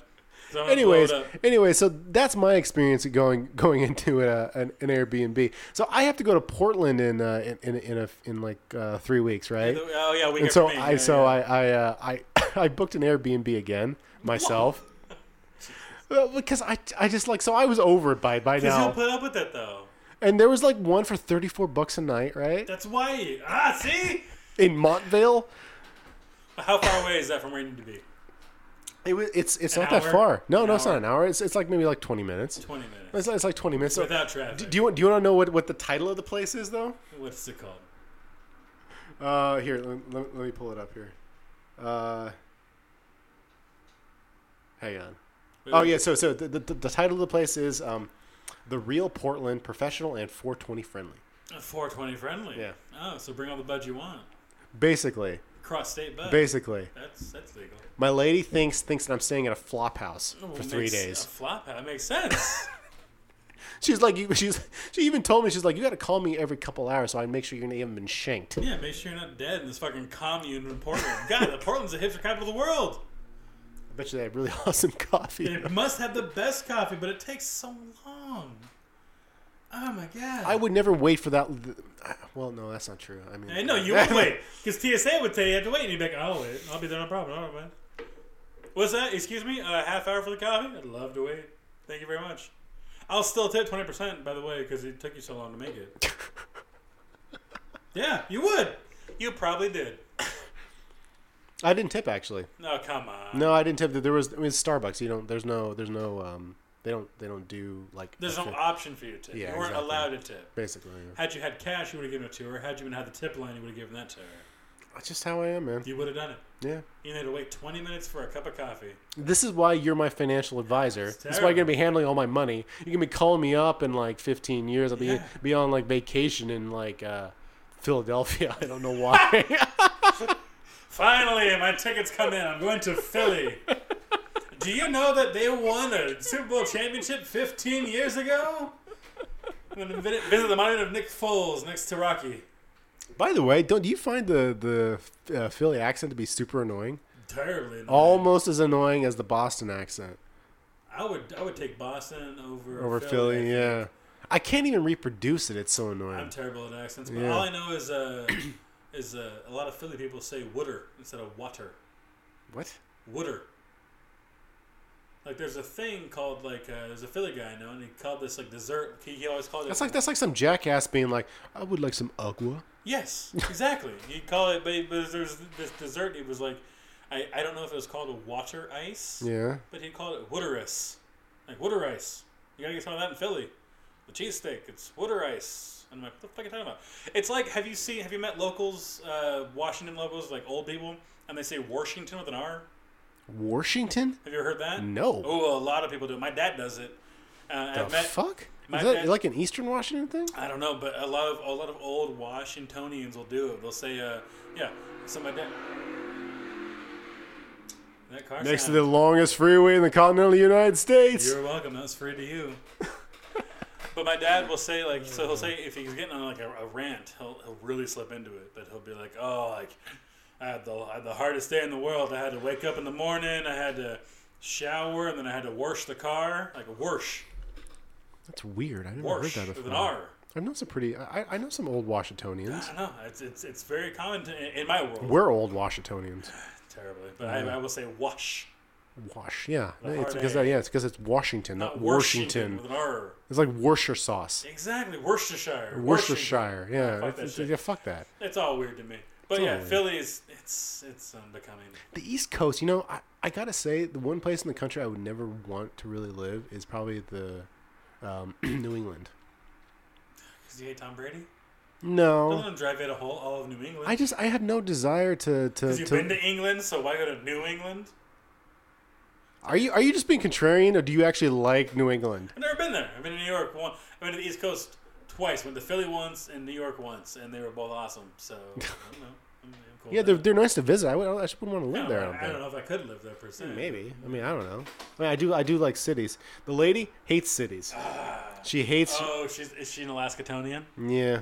D: 'Cause I'm gonna blow it
C: Anyways,
D: up.
C: anyway, so that's my experience going going into an, uh, an, an Airbnb. So I have to go to Portland in uh, in in in, a, in like uh, three weeks, right?
D: oh yeah, we
C: And
D: got
C: so
D: me.
C: I
D: yeah,
C: so
D: yeah.
C: I I uh, I I booked an Airbnb again myself. Uh, Because I, I just like so I was over it by by
D: Because he'll
C: now,
D: put up with that though.
C: and there was like one for thirty four bucks a night, right?
D: That's why. Ah, see.
C: In Montvale,
D: How far away is that from where you need to be?
C: it was it's it's
D: An
C: not that
D: hour?
C: far. No,
D: An
C: no, it's not
D: hour?
C: an hour. It's it's like maybe like twenty minutes.
D: Twenty minutes
C: It's, it's like twenty minutes. So,
D: without traffic.
C: do, do you want do you want to know what what the title of the place is though?
D: What's it called?
C: Uh, here, let, let, let me pull it up here. Uh, hang on.
D: Wait,
C: Oh
D: wait.
C: yeah, so so the, the, the title of the place is um, the real Portland professional and 420 friendly.
D: 420 friendly.
C: Yeah.
D: Oh, so bring all the buds you want.
C: Basically,
D: Cross state bud.
C: basically,
D: That's that's legal.
C: my lady thinks thinks that I'm staying at a flop house
D: Well,
C: for
D: it
C: three
D: Oh, makes
C: days.
D: A flop hat makes sense.
C: She's like, you, she's she even told me she's like, you got to call me every couple hours so I make sure you're not even been shanked.
D: yeah, make sure you're not dead in this fucking commune in Portland. God, the Portland's the hipster capital of the world.
C: I bet you they have really awesome coffee.
D: It must have the best coffee, but it takes so long. Oh my god.
C: I would never wait for that. Well, no, that's not true. I mean,
D: Hey, no, you would wait because TSA would tell you you have to wait, and you'd be like, "I'll wait. I'll be there no problem. All right, man." What's that? Excuse me, a half hour for the coffee? I'd love to wait. Thank you very much. I'll still tip twenty percent, by the way, because it took you so long to make it. yeah, you would. You probably did.
C: I didn't tip actually.
D: No, come on.
C: No, I didn't tip. There was I mean, it's Starbucks. You don't. There's no. There's no. Um. They don't. They don't do like.
D: There's no
C: offi-
D: option for you to tip.
C: Yeah,
D: you weren't
C: exactly.
D: allowed to tip.
C: Basically, yeah.
D: Had you had cash, you would have given it to her. Had you even had the tip line, you would have given that to her.
C: that's just how I am, man.
D: You would have done it.
C: Yeah.
D: You had to wait 20 minutes for a cup of coffee.
C: This is why you're my financial advisor. This is why you're gonna
D: terrible.
C: be handling all my money. You're gonna be calling me up in like 15 years. I'll be
D: Yeah.
C: be on like vacation in like uh, Philadelphia. I don't know why.
D: Finally, my tickets come in. I'm going to Philly. Do you know that they won a Super Bowl championship 15 years ago? I'm going to vi- visit the monument of Nick Foles next to Rocky.
C: By the way, don't do you find the the uh, Philly accent to be super annoying?
D: Terribly. annoying.
C: Almost as annoying as the Boston accent
D: I would I would take Boston over
C: over
D: Philly.
C: Philly. yeah. I can't even reproduce it. It's so annoying.
D: I'm terrible at accents, but
C: Yeah.
D: all I know is uh, is uh, a lot of Philly people say "wooder" instead of "water."
C: what?
D: Wooder. Like there's a thing called like uh, there's a Philly guy I know, and he called this like dessert. He, he always called it
C: That's like that's like some jackass being like, I would like some agua.
D: Yes, exactly. You call it, but, but there's this dessert. It was like, I, I don't know if it was called a water ice,
C: Yeah.
D: but he called it water ice, like water ice. You gotta get some of that in Philly. The cheesesteak, it's water ice. And I'm like, what the fuck are you talking about? It's like, have you seen, have you met locals, uh, Washington locals, like old people, and they say Washington with an R?
C: Washington?
D: Have you ever heard that?
C: No.
D: Oh, a lot of people do. it. My dad does it. Uh,
C: The
D: I've met,
C: fuck?
D: my
C: Is that
D: dad-
C: like an Eastern Washington thing?
D: I don't know, but a lot of a lot of old Washingtonians will do it. They'll say, uh, "Yeah, so my dad." That car
C: Next to
D: sound.
C: the longest freeway in the continental United States.
D: You're welcome. That was free to you. but my dad will say like, so
C: Uh.
D: he'll say if he's getting on like a, a rant, he'll he'll really slip into it. But he'll be like, oh, like I had the I had the hardest day in the world. I had to wake up in the morning. I had to shower, and then I had to wash the car, like wash,
C: That's weird. I never
D: wash
C: heard that
D: with
C: before.
D: an R.
C: I know some pretty. I, I know some old Washingtonians.
D: I know it's it's it's very common to, in my world.
C: We're old Washingtonians.
D: terribly, but I, I will say wash,
C: Wash, yeah. It's
D: hard
C: because
D: A.
C: yeah, it's because it's Washington, not,
D: not Washington.
C: Washington.
D: with an R.
C: It's like Worcestershire sauce.
D: Exactly, Worcestershire. Washington.
C: Worcestershire, yeah.
D: Fuck
C: it's-
D: that
C: it's-
D: shit.
C: yeah, fuck that.
D: It's all weird to me. But
C: all
D: yeah,
C: weird.
D: Philly is it's it's um, unbecoming.
C: The East Coast, you know, I, I gotta say, the one place in the country I would never want to really live is probably the um, New England.
D: Because you hate Tom Brady?
C: No,
D: Doesn't it drive it a whole all of New England?
C: I just I have no desire to to.
D: Because you've
C: to-
D: been to England, so why go to New England?
C: are you are you just being contrarian, or do you actually like New England?
D: I've never been there. I've been to New York one. I've been to the East Coast twice. Went to Philly once and New York once, and they were both awesome. So I don't know. I'm, I'm cool
C: Yeah,
D: with
C: they're,
D: that.
C: they're nice to visit. I, would, I just wouldn't want to live
D: No,
C: there. I
D: I,
C: don't
D: I
C: think.
D: don't know if I could live there per se.
C: Maybe. I mean, I don't know. I mean, I do. I do like cities. The lady hates cities. She hates.
D: Oh, she's is she an Alaskatonian?
C: Yeah,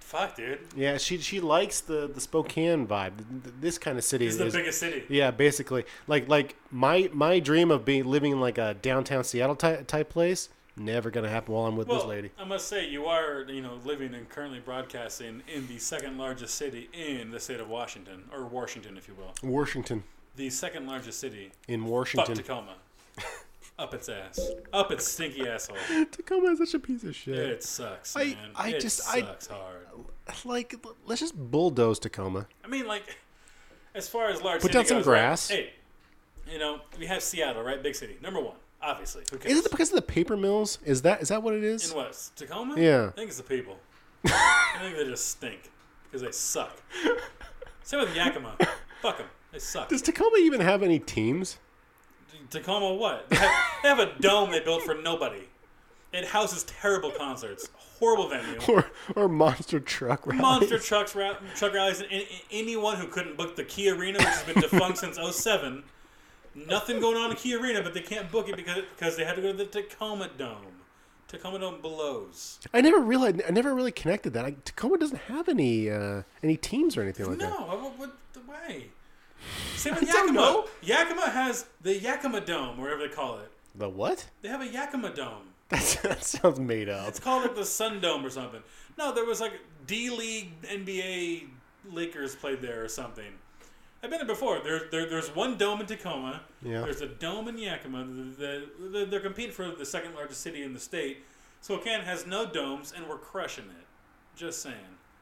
D: Fuck, dude.
C: yeah. She she likes the the Spokane vibe. Th- th- This kind of city
D: It's
C: is.
D: the biggest city.
C: yeah, basically, like like my my dream of being living in like a downtown Seattle type, type place never gonna happen while I'm with this
D: Well,
C: lady.
D: I must say, you are you know living and currently broadcasting in the second largest city in the state of Washington, or Washington, if you will.
C: Washington
D: The second largest city.
C: in
D: Fuck
C: Washington.
D: Tacoma. Up its ass. Up its stinky asshole.
C: Tacoma is such a piece of shit.
D: It sucks,
C: I-
D: man.
C: I
D: it
C: just- I-
D: sucks hard.
C: Like, l- let's just bulldoze Tacoma.
D: I mean, like, as far as large.
C: Put
D: city
C: down some
D: goes,
C: grass.
D: Right? Hey, you know we have Seattle, right? Big city, number one, obviously. Who cares?
C: Is it because of the paper mills? Is that is that what it is?
D: In West Tacoma?
C: Yeah.
D: I think it's the people. I think they just stink because they suck. Same with Yakima. Fuck them. They suck.
C: Does Tacoma even have any teams?
D: Tacoma, what? They have, they have a dome they built for nobody. It houses terrible concerts, horrible venue,
C: or or monster truck rallies.
D: monster trucks, ra- truck rallies, and, and anyone who couldn't book the Key Arena, which has been defunct since 07. Nothing going on in Key Arena, but they can't book it because, because they had to go to the Tacoma Dome. Tacoma Dome blows.
C: I never realized. I never really connected that. I, Tacoma doesn't have any uh, any teams or anything like
D: No,
C: that.
D: I- what, what the way? Same with
C: I don't
D: Yakima.
C: know.
D: Yakima has the Yakima Dome, whatever they call it.
C: The what?
D: They have a Yakima Dome.
C: That's, that sounds made up.
D: It's called like the Sun Dome or something. No, there was like D League NBA Lakers played there or something. I've been there before. There, there, there's one dome in Tacoma.
C: Yeah.
D: There's a dome in Yakima. The, the, the, they're competing for the second largest city in the state. Spokane has no domes, and we're crushing it. Just saying.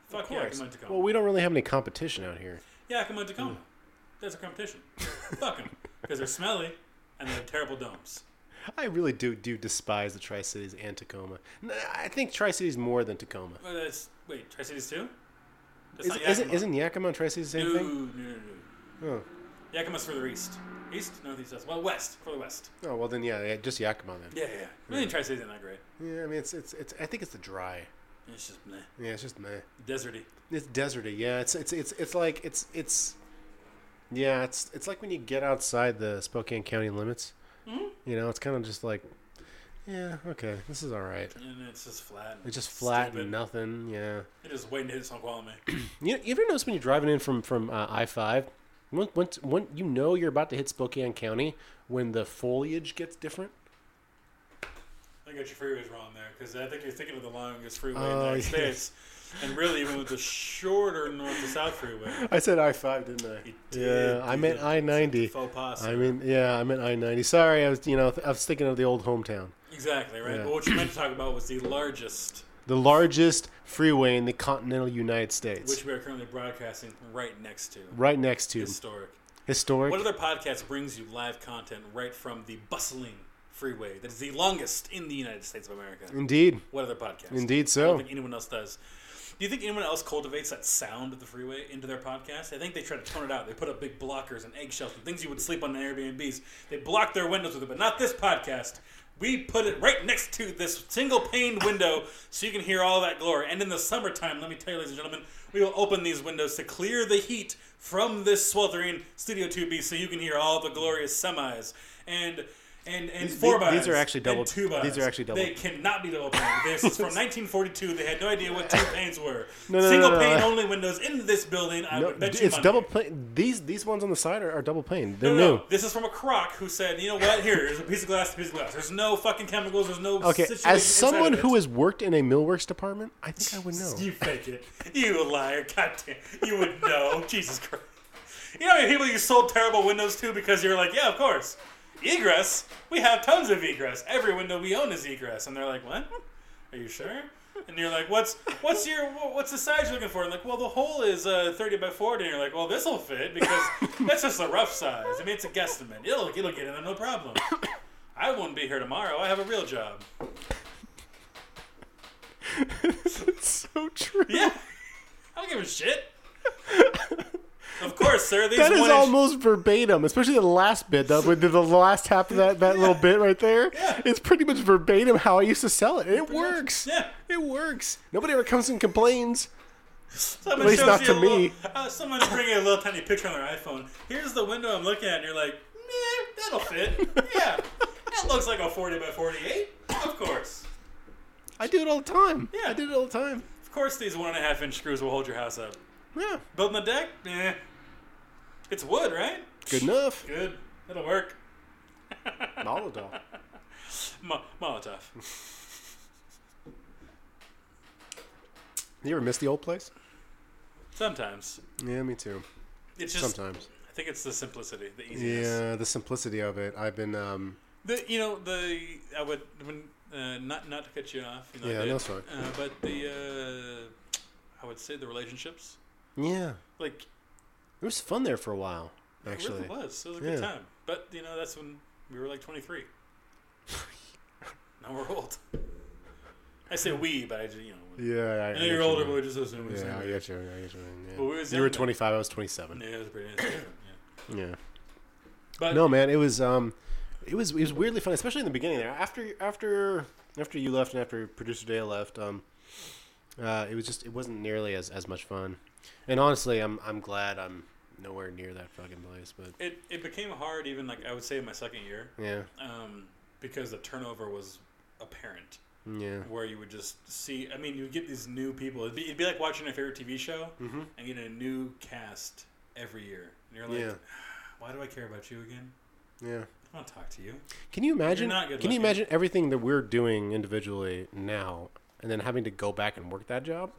D: Fuck Yakima and Tacoma.
C: Well, we don't really have any competition out here.
D: Yakima and Tacoma. That's a competition. Fuck them. Because they're smelly and they have terrible domes.
C: I really do do despise the Tri Cities and Tacoma. N- I think Tri Cities more than Tacoma.
D: But that's, wait, Tri Cities too? That's
C: Is,
D: not
C: is
D: Uh, Yakima.
C: isn't Yakima and Tri Cities the same
D: no, no,
C: thing?
D: no, no.
C: Oh.
D: Yakima's further east. East? Northeast, west. Well, west. Further west.
C: oh well, then yeah, yeah, just Yakima then.
D: Yeah, yeah, yeah. Really, Tri Cities not great.
C: Yeah, I mean it's it's it's. I think it's the dry.
D: It's just meh.
C: Yeah, it's just meh.
D: Deserty.
C: It's deserty. Yeah, it's it's it's it's like it's it's yeah, it's it's like when you get outside the Spokane County limits.
D: Hmm?
C: You know, it's kind of just like yeah, okay, this is all right.
D: And it's just flat. and
C: It's just flat
D: stupid.
C: and nothing. Yeah.
D: It's just waiting to hit Snoqualmie.
C: You, you ever notice when you're driving in from from uh, I five, once once when you know you're about to hit Spokane County when the foliage gets different.
D: I got your freeways wrong there because I think you're thinking of the longest freeway in
C: Oh,
D: the United
C: yeah.
D: States. And really, even with the shorter north to south freeway.
C: I said I five, didn't I?
D: You did,
C: yeah, I meant
D: dude.
C: I ninety.
D: Faux pas.
C: I mean, yeah, I meant I ninety. Sorry, I was you know I was thinking of the old hometown.
D: Exactly, right?
C: Yeah.
D: But what you meant to talk about was the largest,
C: the largest freeway in the continental United States,
D: which we are currently broadcasting right next to.
C: right next to
D: Historic.
C: historic.
D: What other podcast brings you live content right from the bustling freeway that is the longest in the United States of America?
C: indeed,
D: What other podcast?
C: indeed
D: I don't
C: so.
D: think anyone else does. Do you think anyone else cultivates that sound of the freeway into their podcast? I think they try to tone it out. They put up big blockers and eggshells and things you would sleep on in Airbnbs. They block their windows with it, but not this podcast. We put it right next to this single pane window so you can hear all that glory. And in the summertime, let me tell you, ladies and gentlemen, we will open these windows to clear the heat from this sweltering Studio 2B so you can hear all the glorious semis. And. And, and
C: These-
D: four
C: these-
D: bys
C: these are actually
D: and
C: double-
D: two bys.
C: these are actually double-
D: They cannot be double pane. This is from 1942. They had no idea what two panes were.
C: No, no, no,
D: Single
C: no, no.
D: pane only windows in this building. I
C: No,
D: would bet you
C: it's
D: money.
C: double plane. These these ones on the side are, are double plane. They're
D: No, no,
C: new.
D: no. This is from a croc who said, "You know what? Here, here's a piece of glass. A piece of glass. There's no fucking chemicals. There's no
C: Okay,
D: Situation
C: as someone who
D: who is
C: has worked in a millworks department, I think I would know.
D: you fake it, you liar, goddamn, you would know. Jesus Christ. You know how many people you sold terrible windows to because you're like, yeah, of course, egress. We have tons of egress. Every window we own is egress, and they're like, what? Are you sure? And you're like, what's what's your wh- what's the size you're looking for? And like, well, the hole is uh, 30 by 40. And you're like, well, this will fit because that's just a rough size. I mean, it's a guesstimate. It'll it'll get in there, no problem. I won't be here tomorrow. I have a real job.
C: so true.
D: Yeah. I don't give a shit. of course, sir. These
C: That is
D: one inch-
C: almost verbatim, especially the last bit, the, with the the last half of that, that little bit right there.
D: Yeah.
C: It's pretty much verbatim how I used to sell it. And it works.
D: Yeah.
C: It works. Nobody ever comes and complains.
D: Someone
C: At least
D: shows
C: not
D: you
C: to
D: a little-
C: me.
D: uh, someone's bringing a little tiny picture on their iPhone. Here's the window I'm looking at, and you're like, meh, that'll fit. Yeah. That looks like a 40 by 48. Of course.
C: I do it all the time.
D: Yeah.
C: I did it all the time.
D: Of course, these one and a half inch screws will hold your house up.
C: Yeah.
D: Building a deck? Meh. It's wood, right?
C: Good enough.
D: Good. That'll work.
C: Molotov.
D: Mo- Molotov.
C: You ever miss the old place?
D: Sometimes.
C: Yeah, me too.
D: It's just,
C: Sometimes.
D: I think it's the simplicity, the easiness.
C: Yeah, the simplicity of it. I've been, um,
D: The you know the I would when uh, not not to cut you off. You know,
C: Yeah,
D: I did,
C: no, it's fine.
D: Uh, but the uh, I would say the relationships
C: yeah.
D: like
C: It was fun there for a while, actually.
D: it really was. It was a
C: yeah.
D: good time. But you know that's when we were like 23. now we're old. I say we, but I just you know. when-
C: Yeah, I,
D: I know you're older, but we just assume we're the
C: Yeah,
D: same
C: I
D: age.
C: get you. I get you. Yeah.
D: But we was
C: you were
D: young then.
C: 25. I was 27.
D: Yeah, it was pretty nice. yeah.
C: Yeah.
D: But
C: No, man, it was um, it was it was weirdly fun, especially in the beginning there. After after after you left and after producer Dale left, um, uh, it was just it wasn't nearly as as much fun. And honestly, I'm I'm glad I'm nowhere near that fucking place. But
D: it it became hard even like I would say in my second year,
C: yeah,
D: um, because the turnover was apparent.
C: yeah,
D: where you would just see. I mean, you would get these new people. It'd be, it'd be like watching your favorite TV show
C: Mm-hmm.
D: and getting a new cast every year. And you're like,
C: Yeah.
D: why do I care about you again?
C: yeah.
D: I don't want to talk to you.
C: Can you imagine?
D: not good
C: Can you
D: looking.
C: imagine everything that we're doing individually now, and then having to go back and work that job?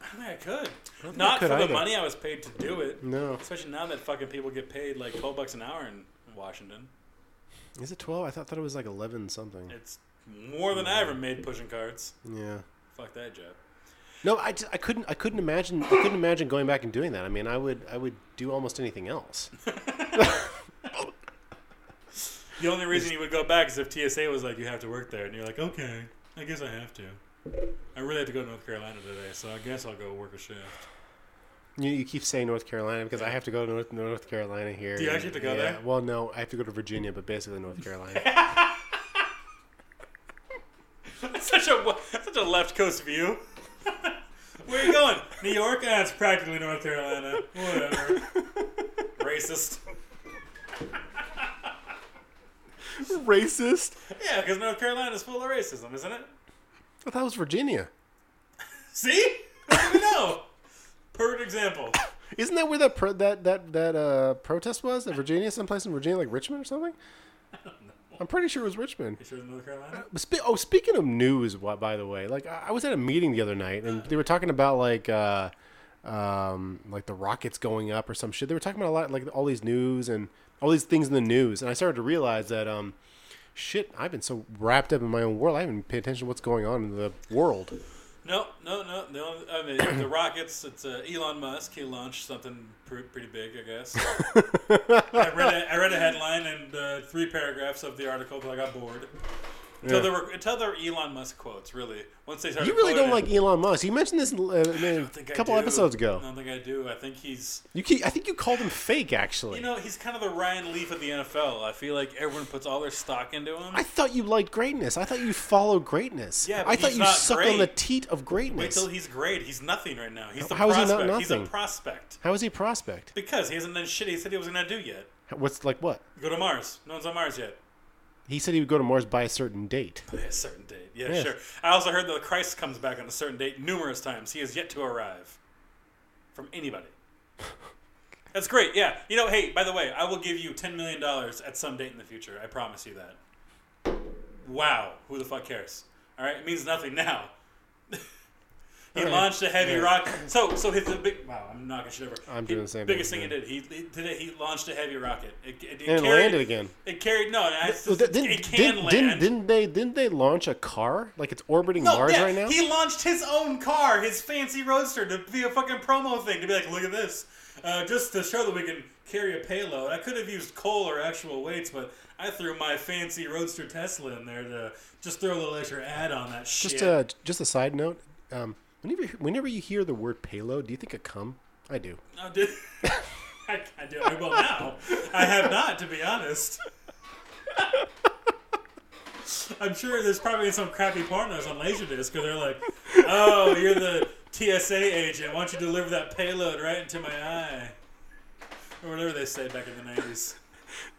D: I don't think I could.
C: think I
D: Not
C: could
D: for
C: either.
D: the money I was paid to do it.
C: No,
D: Especially now that fucking people get paid like twelve bucks an hour in Washington.
C: is it 12? I thought that it was like 11 something.
D: It's more than I ever made pushing cards.
C: Yeah.
D: Fuck that job.
C: No, I, just, I couldn't I couldn't imagine I couldn't imagine going back and doing that. I mean, I would I would do almost anything else.
D: The only reason you would go back is if TSA was like, you have to work there, and you're like, okay, I guess I have to. I really have to go to North Carolina today, so I guess I'll go work a shift.
C: You, you keep saying North Carolina because I have to go to North, North Carolina here.
D: Do you actually have to go there?
C: Well, no, I have to go to Virginia, but basically North Carolina.
D: such a such a left coast view. Where are you going? New York? Ah, it's practically North Carolina. Whatever. Racist.
C: Racist.
D: Yeah, because North Carolina's full of racism, isn't it?
C: I thought it was Virginia.
D: See? How do we know? Perfect example.
C: Isn't that where that pro- that that that uh, protest was? In Virginia, someplace in Virginia, like Richmond or something. I'm pretty sure it was Richmond.
D: You sure it's North Carolina?
C: But spe- oh, speaking of news, wh- by the way, like I I was at a meeting the other night, and they were talking about like, uh, um, like the rockets going up or some shit. They were talking about a lot, like all these news and all these things in the news, and I started to realize that, um, shit, I've been so wrapped up in my own world, I haven't paid attention to what's going on in the world.
D: No, no, no. The, only, I mean, the Rockets, it's uh, Elon Musk. He launched something pr- pretty big, I guess. I, read a, I read a headline and uh, three paragraphs of the article, but I got bored. Until, there were, until there were Elon Musk quotes, really. Once they started
C: You really don't
D: quoting-
C: like Elon Musk. You mentioned this uh,
D: I
C: man,
D: don't think
C: a
D: I
C: couple
D: do.
C: episodes ago.
D: I don't think I do. I think he's,
C: You, keep, I think you called him fake, actually.
D: you know, he's kind of the Ryan Leaf of the NFL. I feel like everyone puts all their stock into him.
C: I thought you liked greatness. I thought you followed greatness.
D: Yeah, but
C: I thought
D: he's
C: you
D: not
C: sucked on
D: great.
C: the teat of
D: Wait
C: greatness.
D: till he's great. He's nothing right now. He's the
C: How is he not
D: prospect. he's a
C: nothing?
D: prospect
C: How is he a prospect?
D: because he hasn't done shit he said he was gonna do yet.
C: What's like what?
D: Go to Mars. No one's on Mars yet.
C: He said he would go to Mars by a certain date.
D: By a certain date. Yeah,
C: Yes.
D: sure. I also heard that Christ comes back on a certain date numerous times. He has yet to arrive from anybody. That's great. Yeah. You know, hey, by the way, I will give you $10 million at some date in the future. I promise you that. Wow. Who the fuck cares? All right. It means nothing now. he launched a heavy rock. So, so his the big. Wow, I'm knocking shit over.
C: I'm
D: He-
C: doing the same
D: Biggest
C: thing,
D: thing he did. He, he today he launched a heavy rocket. It, it,
C: And
D: it
C: it
D: carried-
C: landed again.
D: It carried no. It's
C: Well,
D: just,
C: didn't,
D: it can
C: didn't,
D: land.
C: didn't, didn't they didn't they launch a car like it's orbiting
D: No,
C: Mars
D: yeah,
C: right now?
D: He launched his own car, his fancy roadster, to be a fucking promo thing. To be like, look at this, uh, just to show that we can carry a payload. I could have used coal or actual weights, but I threw my fancy roadster Tesla in there to just throw a little extra ad on that
C: uh,
D: shit.
C: just a just a side note. Um, whenever whenever you hear the word payload, do you think of cum? I do.
D: Oh, did I, I do. Well, now I have not, to be honest. I'm sure there's probably some crappy pornos on Laserdisc where they're like, "Oh, you're the TSA agent. Why don't you deliver that payload right into my eye?" Or whatever they said back in the '90s.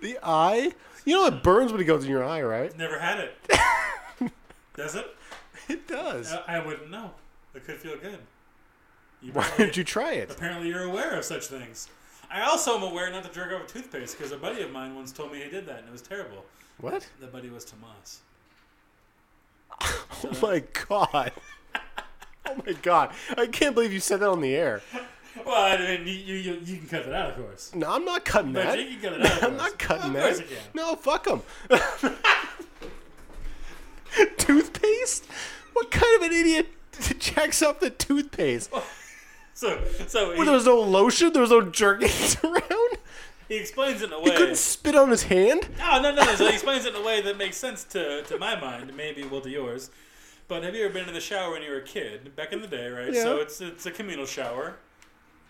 C: The eye. You know it burns when it goes in your eye, right?
D: Never had it. Does it? Uh,
C: It does.
D: I, I wouldn't know. It could feel good. You
C: Why
D: probably-
C: don't you try it?
D: Apparently, you're aware of such things. I also am aware not to jerk off a toothpaste because a buddy of mine once told me he did that and it was terrible.
C: What?
D: The buddy was Tomas.
C: Oh my god. Oh my god. I can't believe you said that on the air.
D: Well, I mean, you, you, you, you can cut that out, of course.
C: No, I'm not cutting
D: But
C: that.
D: you can cut it out. of
C: I'm
D: course.
C: not cutting
D: Of course
C: that.
D: you can.
C: No, fuck them. toothpaste? What kind of an idiot jacks up the toothpaste?
D: So, so
C: Well, there
D: he,
C: was no lotion. There was no jerkins around.
D: he explains it in a
C: He
D: way.
C: couldn't spit on his hand.
D: Oh, no, no, no. So he explains it in a way that makes sense to, to my mind, maybe well to yours. But have you ever been in the shower when you were a kid? Back in the day, right? So
C: Yeah.
D: it's it's a communal shower.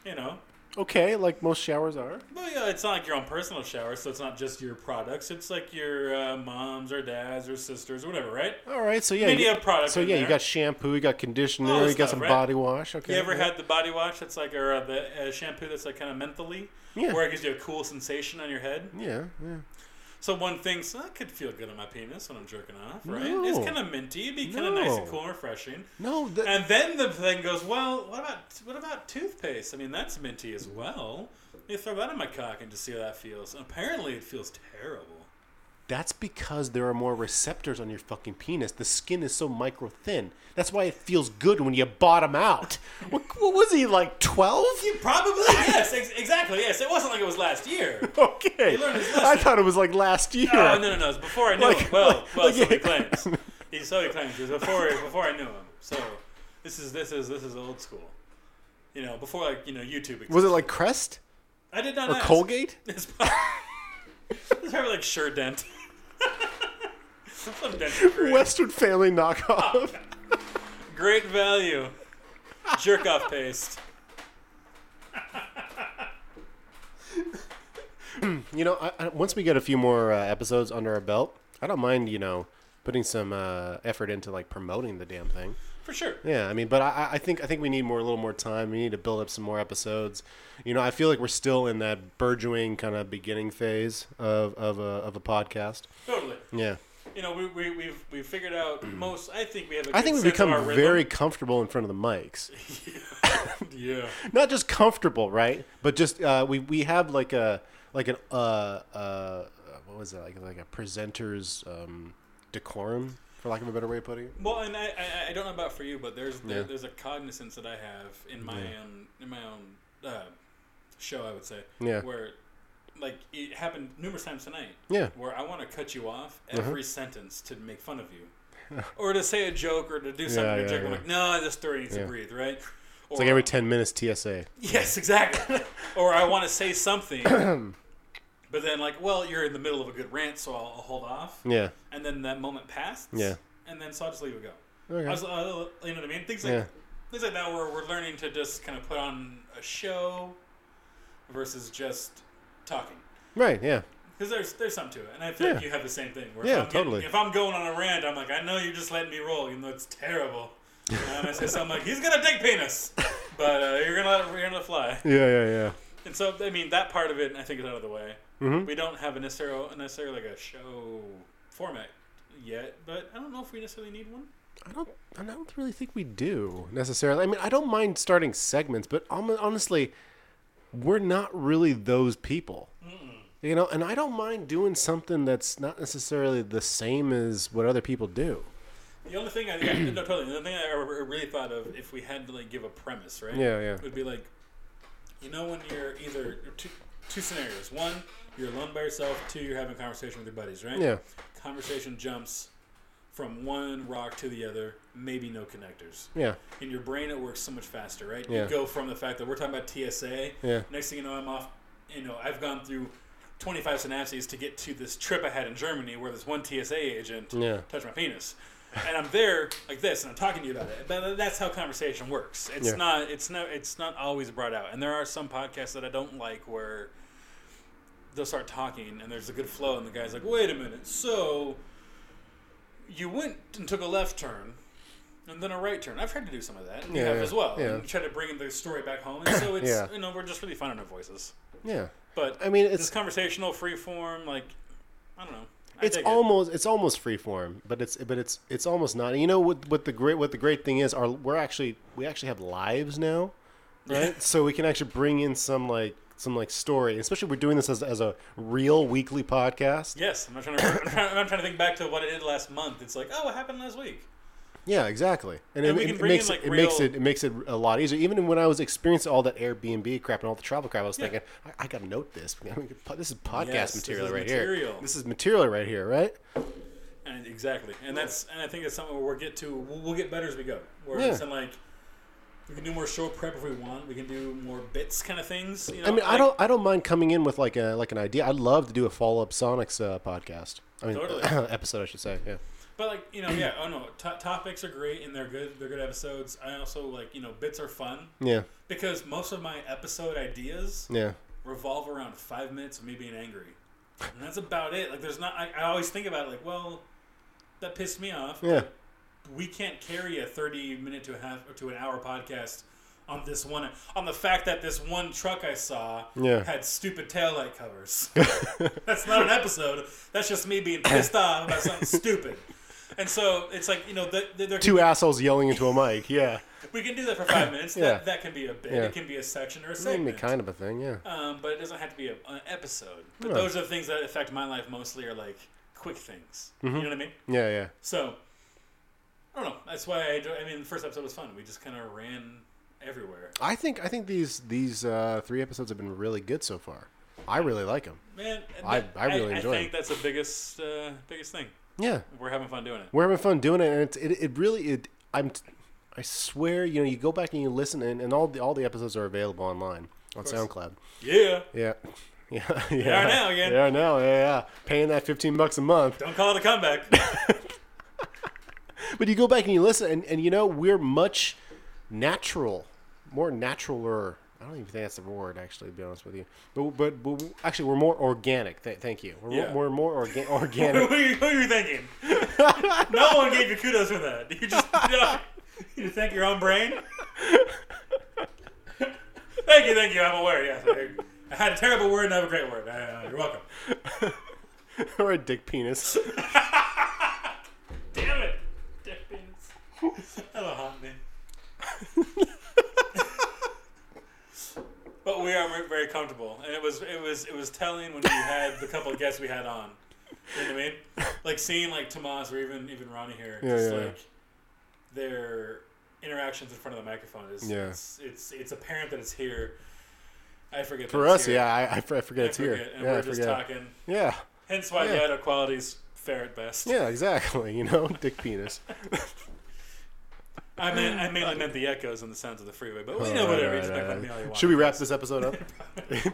D: You know,
C: Okay, like most showers are.
D: Well, yeah, it's not like your own personal shower, so it's not just your products. It's like your uh, mom's or dad's or sisters or whatever, right?
C: All right, so yeah,
D: Maybe a
C: you,
D: product
C: so
D: in
C: yeah, you
D: there.
C: got shampoo, you got conditioner,
D: All
C: you
D: this
C: got
D: stuff,
C: some
D: right?
C: body wash. Okay.
D: You ever
C: yeah.
D: had the body wash that's like, or uh, the uh, shampoo that's like kind of mentally,
C: Yeah.
D: where it gives you a cool sensation on your head?
C: Yeah, yeah.
D: So one thinks, I could feel good on my penis when I'm jerking off, right?
C: No.
D: It's kind of minty, it'd be kind of nice and
C: No.
D: cool and refreshing.
C: No, the,
D: And then the thing goes, well, what about what about toothpaste? I mean, that's minty as well. Let me throw that in my cock and just see how that feels. And apparently, it feels terrible.
C: that's because there are more receptors on your fucking penis. The skin is so micro thin. That's why it feels good when you bottom out. what, what was he like twelve?
D: Probably yes, ex- exactly yes. It wasn't like it was last year.
C: Okay,
D: learned his
C: I thought it was like last year.
D: Oh no no no! It's before I knew
C: Like-
D: him. Well,
C: like-
D: well,
C: like-
D: so he claims. He so he claims. It was before before I knew him. So this is this is this is old school. You know, before like you know YouTube. Existed.
C: Was it like Crest
D: I did not
C: or
D: ask.
C: Colgate?
D: It's probably, it's probably like sure dent. Some dent great,
C: Western Family
D: Oh.
C: knockoff.
D: great value. Jerk off paste.
C: You know, I, I, once we get a few more uh, episodes under our belt, I don't mind, you know, putting some uh, effort into like promoting the damn thing.
D: For sure.
C: Yeah, I mean, but I, I- I think I think we need more, a little more time. We need to build up some more episodes. You know, I feel like we're still in that burgeoning kind of beginning phase of of a of a podcast.
D: Totally.
C: Yeah,
D: You know, we, we, we've, we've figured out most. I think we have a
C: I think
D: good
C: we've
D: sense of our
C: become
D: rhythm.
C: very comfortable in front of the mics.
D: Yeah.
C: Not just comfortable, right? But just uh, we we have like a like an uh uh what was that like like a presenter's um decorum for lack of a better way of putting it.
D: Well, and I, I, I don't know about for you, but there's there,
C: Yeah.
D: there's a cognizance that I have in my own in my own uh, show, I would say.
C: Yeah.
D: Where, like, it happened numerous times tonight.
C: Yeah. Uh-huh.
D: Where I want to cut you off every sentence to make fun of you, or to say a joke, or to do something
C: Yeah,
D: to
C: yeah,
D: joke. I'm
C: yeah.
D: like, no, this story needs
C: Yeah.
D: to breathe, right? Or,
C: It's like every ten minutes TSA.
D: Yes, exactly. or I want to say something, but then like, well, you're in the middle of a good rant, so I'll, I'll hold off
C: Yeah.
D: and then that moment passed.
C: Mm. Yeah.
D: And then so I just leave it go.
C: Okay.
D: I was, uh, you know what I mean? Things like
C: Yeah.
D: things like that where we're learning to just kind of put on a show versus just talking.
C: Right. Yeah.
D: Because there's there's something to it, and I feel like
C: Yeah.
D: you have the same thing. Where
C: Yeah,
D: if I'm getting-
C: totally.
D: if I'm going on a rant, I'm like, I know you're just letting me roll, even though it's terrible. And I say something like, "He's gonna dig penis," but uh, you're gonna let it, you're gonna let it fly.
C: Yeah. Yeah. Yeah.
D: And so, I mean, that part of it, I think, is out of the way.
C: Mm-hmm.
D: We don't have a necessarily, necessarily like a show format yet, but I don't know if we necessarily need one.
C: I don't. I don't really think we do necessarily. I mean, I don't mind starting segments, but hon- honestly, we're not really those people. You know, and I don't mind doing something that's not necessarily the same as what other people do.
D: The only thing I, yeah, no, totally. The only thing I ever really thought of if we had to like give a premise, right?
C: Yeah, yeah.
D: Would be like, you know, when you're either two, two scenarios. One, you're alone by yourself. Two, you're having a conversation with your buddies, right?
C: Yeah.
D: Conversation jumps from one rock to the other. Maybe no connectors.
C: Yeah.
D: in your brain it works so much faster, right?
C: Yeah.
D: You go from the fact that we're talking about TSA.
C: Yeah.
D: Next thing you know, I'm off. You know, I've gone through 25 synapses to get to this trip I had in Germany, where this one TSA agent
C: Yeah.
D: touched my penis. and I'm there like this, and I'm talking to you about it. But that's how conversation works. It's
C: Yeah.
D: not. It's not. It's not always brought out. And there are some podcasts that I don't like where they'll start talking, and there's a good flow, and the guy's like, "Wait a minute, so you went and took a left turn." And then a right turn. I've tried to do some of that. and You
C: Yeah,
D: have as well.
C: yeah.
D: And try to bring the story back home. And so it's,
C: Yeah.
D: you know, we're just really finding our voices.
C: Yeah.
D: But
C: I mean,
D: it's
C: it's
D: conversational, free form, like I don't know. I
C: it's
D: dig it.
C: almost it's almost free form, but it's but it's it's almost not. And you know what what the great what the great thing is are we're actually we actually have lives now, right? so we can actually bring in some like some like story, especially we're doing this as as a real weekly podcast.
D: Yes, I'm not trying to. I'm, trying, I'm not trying to think back to what I did last month. It's like, oh, what happened last week?
C: Yeah, exactly. And,
D: And
C: it,
D: we can
C: it
D: bring
C: makes it,
D: in, like,
C: it makes
D: real-
C: it it makes it a lot easier. Even when I was experiencing all that Airbnb crap and all the travel crap, I was thinking, I, I got to note this. I mean, this is podcast
D: Yes, this
C: material
D: is
C: right
D: material.
C: here. This is material right here, right?
D: And exactly, and that's and I think that's something where we'll get to. We'll, we'll get better as we go. Where
C: Yeah.
D: it's in like. We can do more show prep if we want. We can do more bits, kind of things. You know,
C: I mean, I
D: like-
C: don't I don't mind coming in with like a like an idea. I'd love to do a follow up Sonics uh, podcast. I mean,
D: Totally.
C: episode I should say. Yeah.
D: But like you know, yeah. Oh no, to- topics are great and they're good. They're good episodes. I also like you know bits are fun
C: Yeah.
D: because most of my episode ideas
C: Yeah.
D: revolve around five minutes of me being angry, and that's about it. Like, there's not. I, I always think about it like, well, that pissed me off.
C: Yeah.
D: We can't carry a 30 minute to a half or to an hour podcast on this one on the fact that this one truck I saw
C: Yeah.
D: had stupid taillight covers. that's not an episode. That's just me being pissed off about something stupid. And so it's like you know the, the, there can
C: Two assholes yelling into a mic. Yeah.
D: we can do that for five minutes.
C: Yeah.
D: That that can be a bit.
C: Yeah.
D: It can be a section or a
C: That'd be
D: segment
C: kind of a thing. Yeah.
D: um, but it doesn't have to be a, an episode. But those are the things that affect my life mostly are like quick things.
C: Mm-hmm.
D: You know what I mean?
C: Yeah. Yeah.
D: So I don't know. That's why I. enjoy- I mean, the first episode was fun. We just kind of ran everywhere.
C: I think I think these these uh, three episodes have been really good so far. I really like them.
D: Man, and
C: I-
D: that-
C: I really enjoy
D: I think
C: it.
D: that's the biggest uh, biggest thing.
C: Yeah.
D: We're having fun doing it.
C: we're having fun doing it, and it's, it, it really it I'm t- I swear you know you go back and you listen, and, and all the all the episodes are available online on SoundCloud.
D: Yeah.
C: Yeah, yeah, yeah. They
D: are now again.
C: They are now. Yeah, yeah. Paying that fifteen bucks a month,
D: Don't call it a comeback.
C: but you go back and you listen, and, and you know we're much natural, more naturaler. I don't even think that's the word, actually, to be honest with you. But but, but actually, we're more organic. Th- thank you. We're,
D: Yeah.
C: we're more orga-
D: who,
C: organic.
D: are you, who are you thinking? no one gave you kudos for that. You just you think your own brain. thank you, thank you. I'm aware. Yes, I, I had a terrible word and I have a great word. Uh, you're welcome.
C: or a dick penis.
D: Damn it, dick beans. Hello, hot man. but we are very comfortable, and it was it was it was telling when we had the couple of guests we had on. You know what I mean? Like seeing like Tomas or even even Ronnie here, just
C: yeah, yeah.
D: like their interactions in front of the microphone is
C: Yeah.
D: it's, it's it's apparent that it's here. I forget that
C: For
D: it's
C: us,
D: here.
C: yeah, I, I forget, I forget
D: I
C: it's here.
D: forget, and
C: yeah,
D: we're
C: I
D: just
C: forget.
D: talking.
C: Yeah.
D: Hence why the
C: Yeah.
D: audio quality's fair at best.
C: Yeah, exactly. You know, dick penis.
D: I meant I mainly meant the echoes and the sounds of the freeway, but
C: Oh,
D: we know whatever. you just make fun of me all you want.
C: Should we wrap this episode up?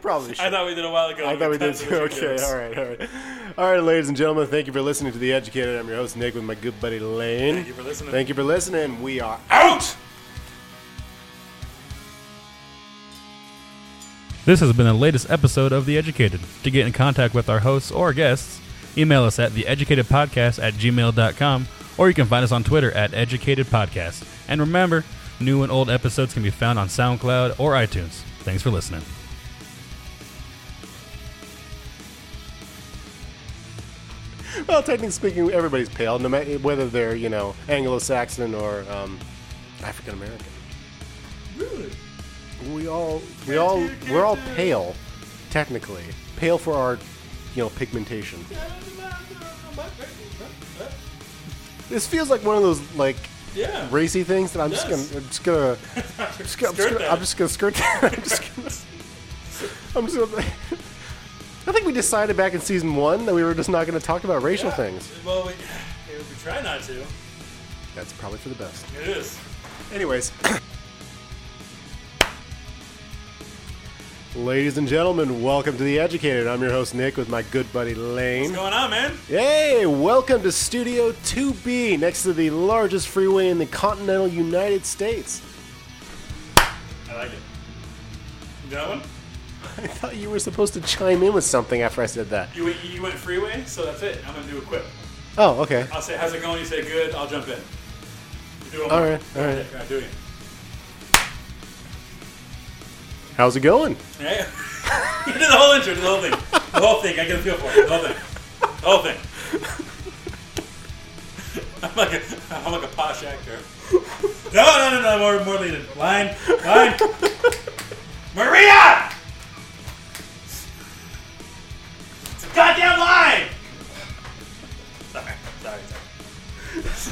C: Probably should.
D: I thought we did a while ago.
C: I thought we did
D: That's
C: too.
D: what
C: Okay,
D: you do.
C: all right, all right. All right, ladies and gentlemen, thank you for listening to The Educated. I'm your host, Nick, with my good buddy Lane.
D: Thank you for listening.
C: Thank you for listening. We are out!
E: This has been the latest episode of The Educated. To get in contact with our hosts or guests, email us at theeducatedpodcast at gmail.com or you can find us on Twitter at educatedpodcast. And remember, new and old episodes can be found on SoundCloud or iTunes. Thanks for listening.
C: Well, technically speaking, everybody's pale, no matter whether they're, you know, Anglo Saxon or um, African American. Really? We all, we all, we're all pale, technically. Pale for our, you know, pigmentation. This feels like one of those, like,
D: Yeah.
C: racy things that I'm just
D: Yes.
C: gonna, I'm just gonna, just gonna- I'm, just
D: Skirt
C: gonna
D: that.
C: I'm just gonna skirt that. I'm just gonna, I'm just gonna. I think we decided back in season one that we were just not gonna talk about racial
D: Yeah.
C: things.
D: Well, we, we try not to.
C: That's probably for the best.
D: It is.
C: Anyways. Ladies and gentlemen, welcome to The Educated. I'm your host, Nick, with my good buddy Lane.
D: What's going on, man?
C: Hey, welcome to Studio 2B, next to the largest freeway in the continental United States.
D: I like it. You got one?
C: I thought you were supposed to chime in with something after I said that.
D: You, went- you went freeway, so that's it. I'm going to do a quip.
C: Oh, okay.
D: I'll say, how's it going? You say, good. I'll jump in. You do it.
C: All right, all right.
D: I'm doing
C: How's it going?
D: it. Hey. you did the whole intro, the whole thing. The whole thing. I get a feel for it. The whole thing. The whole thing. I'm like a, I'm like a posh actor. No, no, no, no. More, more leading. Line. Line. Maria! It's a goddamn line! Sorry, sorry, sorry.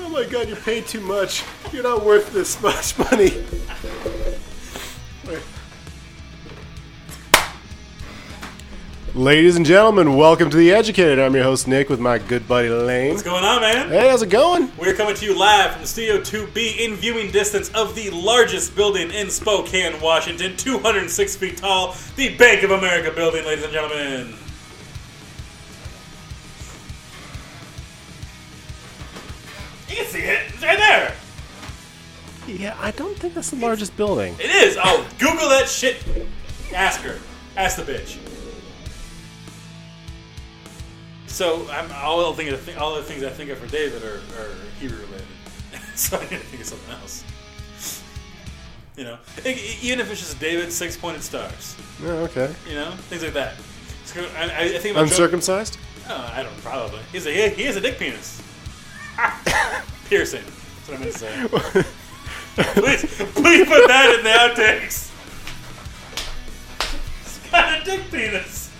C: Oh my god, you paid too much. You're not worth this much money. Ladies and gentlemen, welcome to The Educated. I'm your host, Nick, with my good buddy Lane.
D: What's going on, man?
C: Hey, how's it going?
D: We're coming to you live from the Studio 2B in viewing distance of the largest building in Spokane, Washington, 206 feet tall, the Bank of America building, ladies and gentlemen. You can see it. It's right there.
C: Yeah, I don't think that's the largest building.
D: It is. Oh, Google that shit. Ask her. Ask the bitch. So I'm all the things I think all the things I think of for David are, are Hebrew related. so I need to think of something else. You know, E- e- even if it's just David six pointed stars.
C: Yeah, Oh, okay.
D: You know, things like that. So I, I- I think about Joe-
C: Uncircumcised?
D: Oh, I don't probably. He's a he, he has a dick penis. Piercing. That's what I meant to say. please, please put that in the outtakes. He's got a dick penis.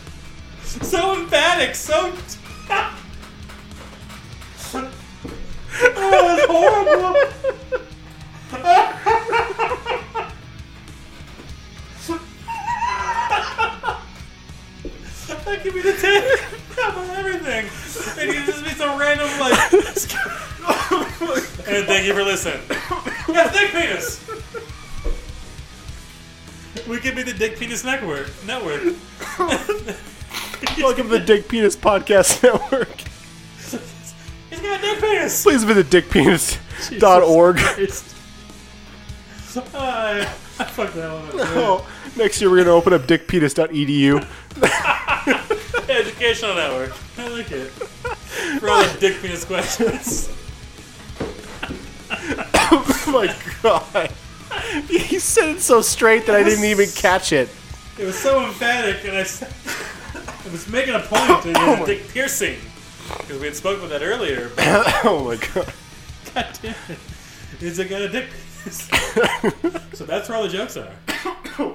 D: So emphatic. So. oh, that's horrible. That could be the tip. Cover everything. And you just be some random like. and thank you for listening. Yeah, dick penis. We could be the Dick Penis Network. Network.
C: Welcome to the Dick Penis Podcast Network.
D: He's got a dick penis.
C: Please visit dickpenis.org.
D: Uh, I fucked that one up.
C: Oh, next year we're going to open up E dickpenis.edu.
D: Educational Network. I like it. For all the dick penis questions.
C: Oh my god. He said it so straight that I didn't even catch it.
D: It was so emphatic, and I, s- I was making a point to get a dick piercing because we had spoken about that earlier. But
C: Oh my god.
D: God damn it, is it got a dick? penis? so that's where all the jokes are.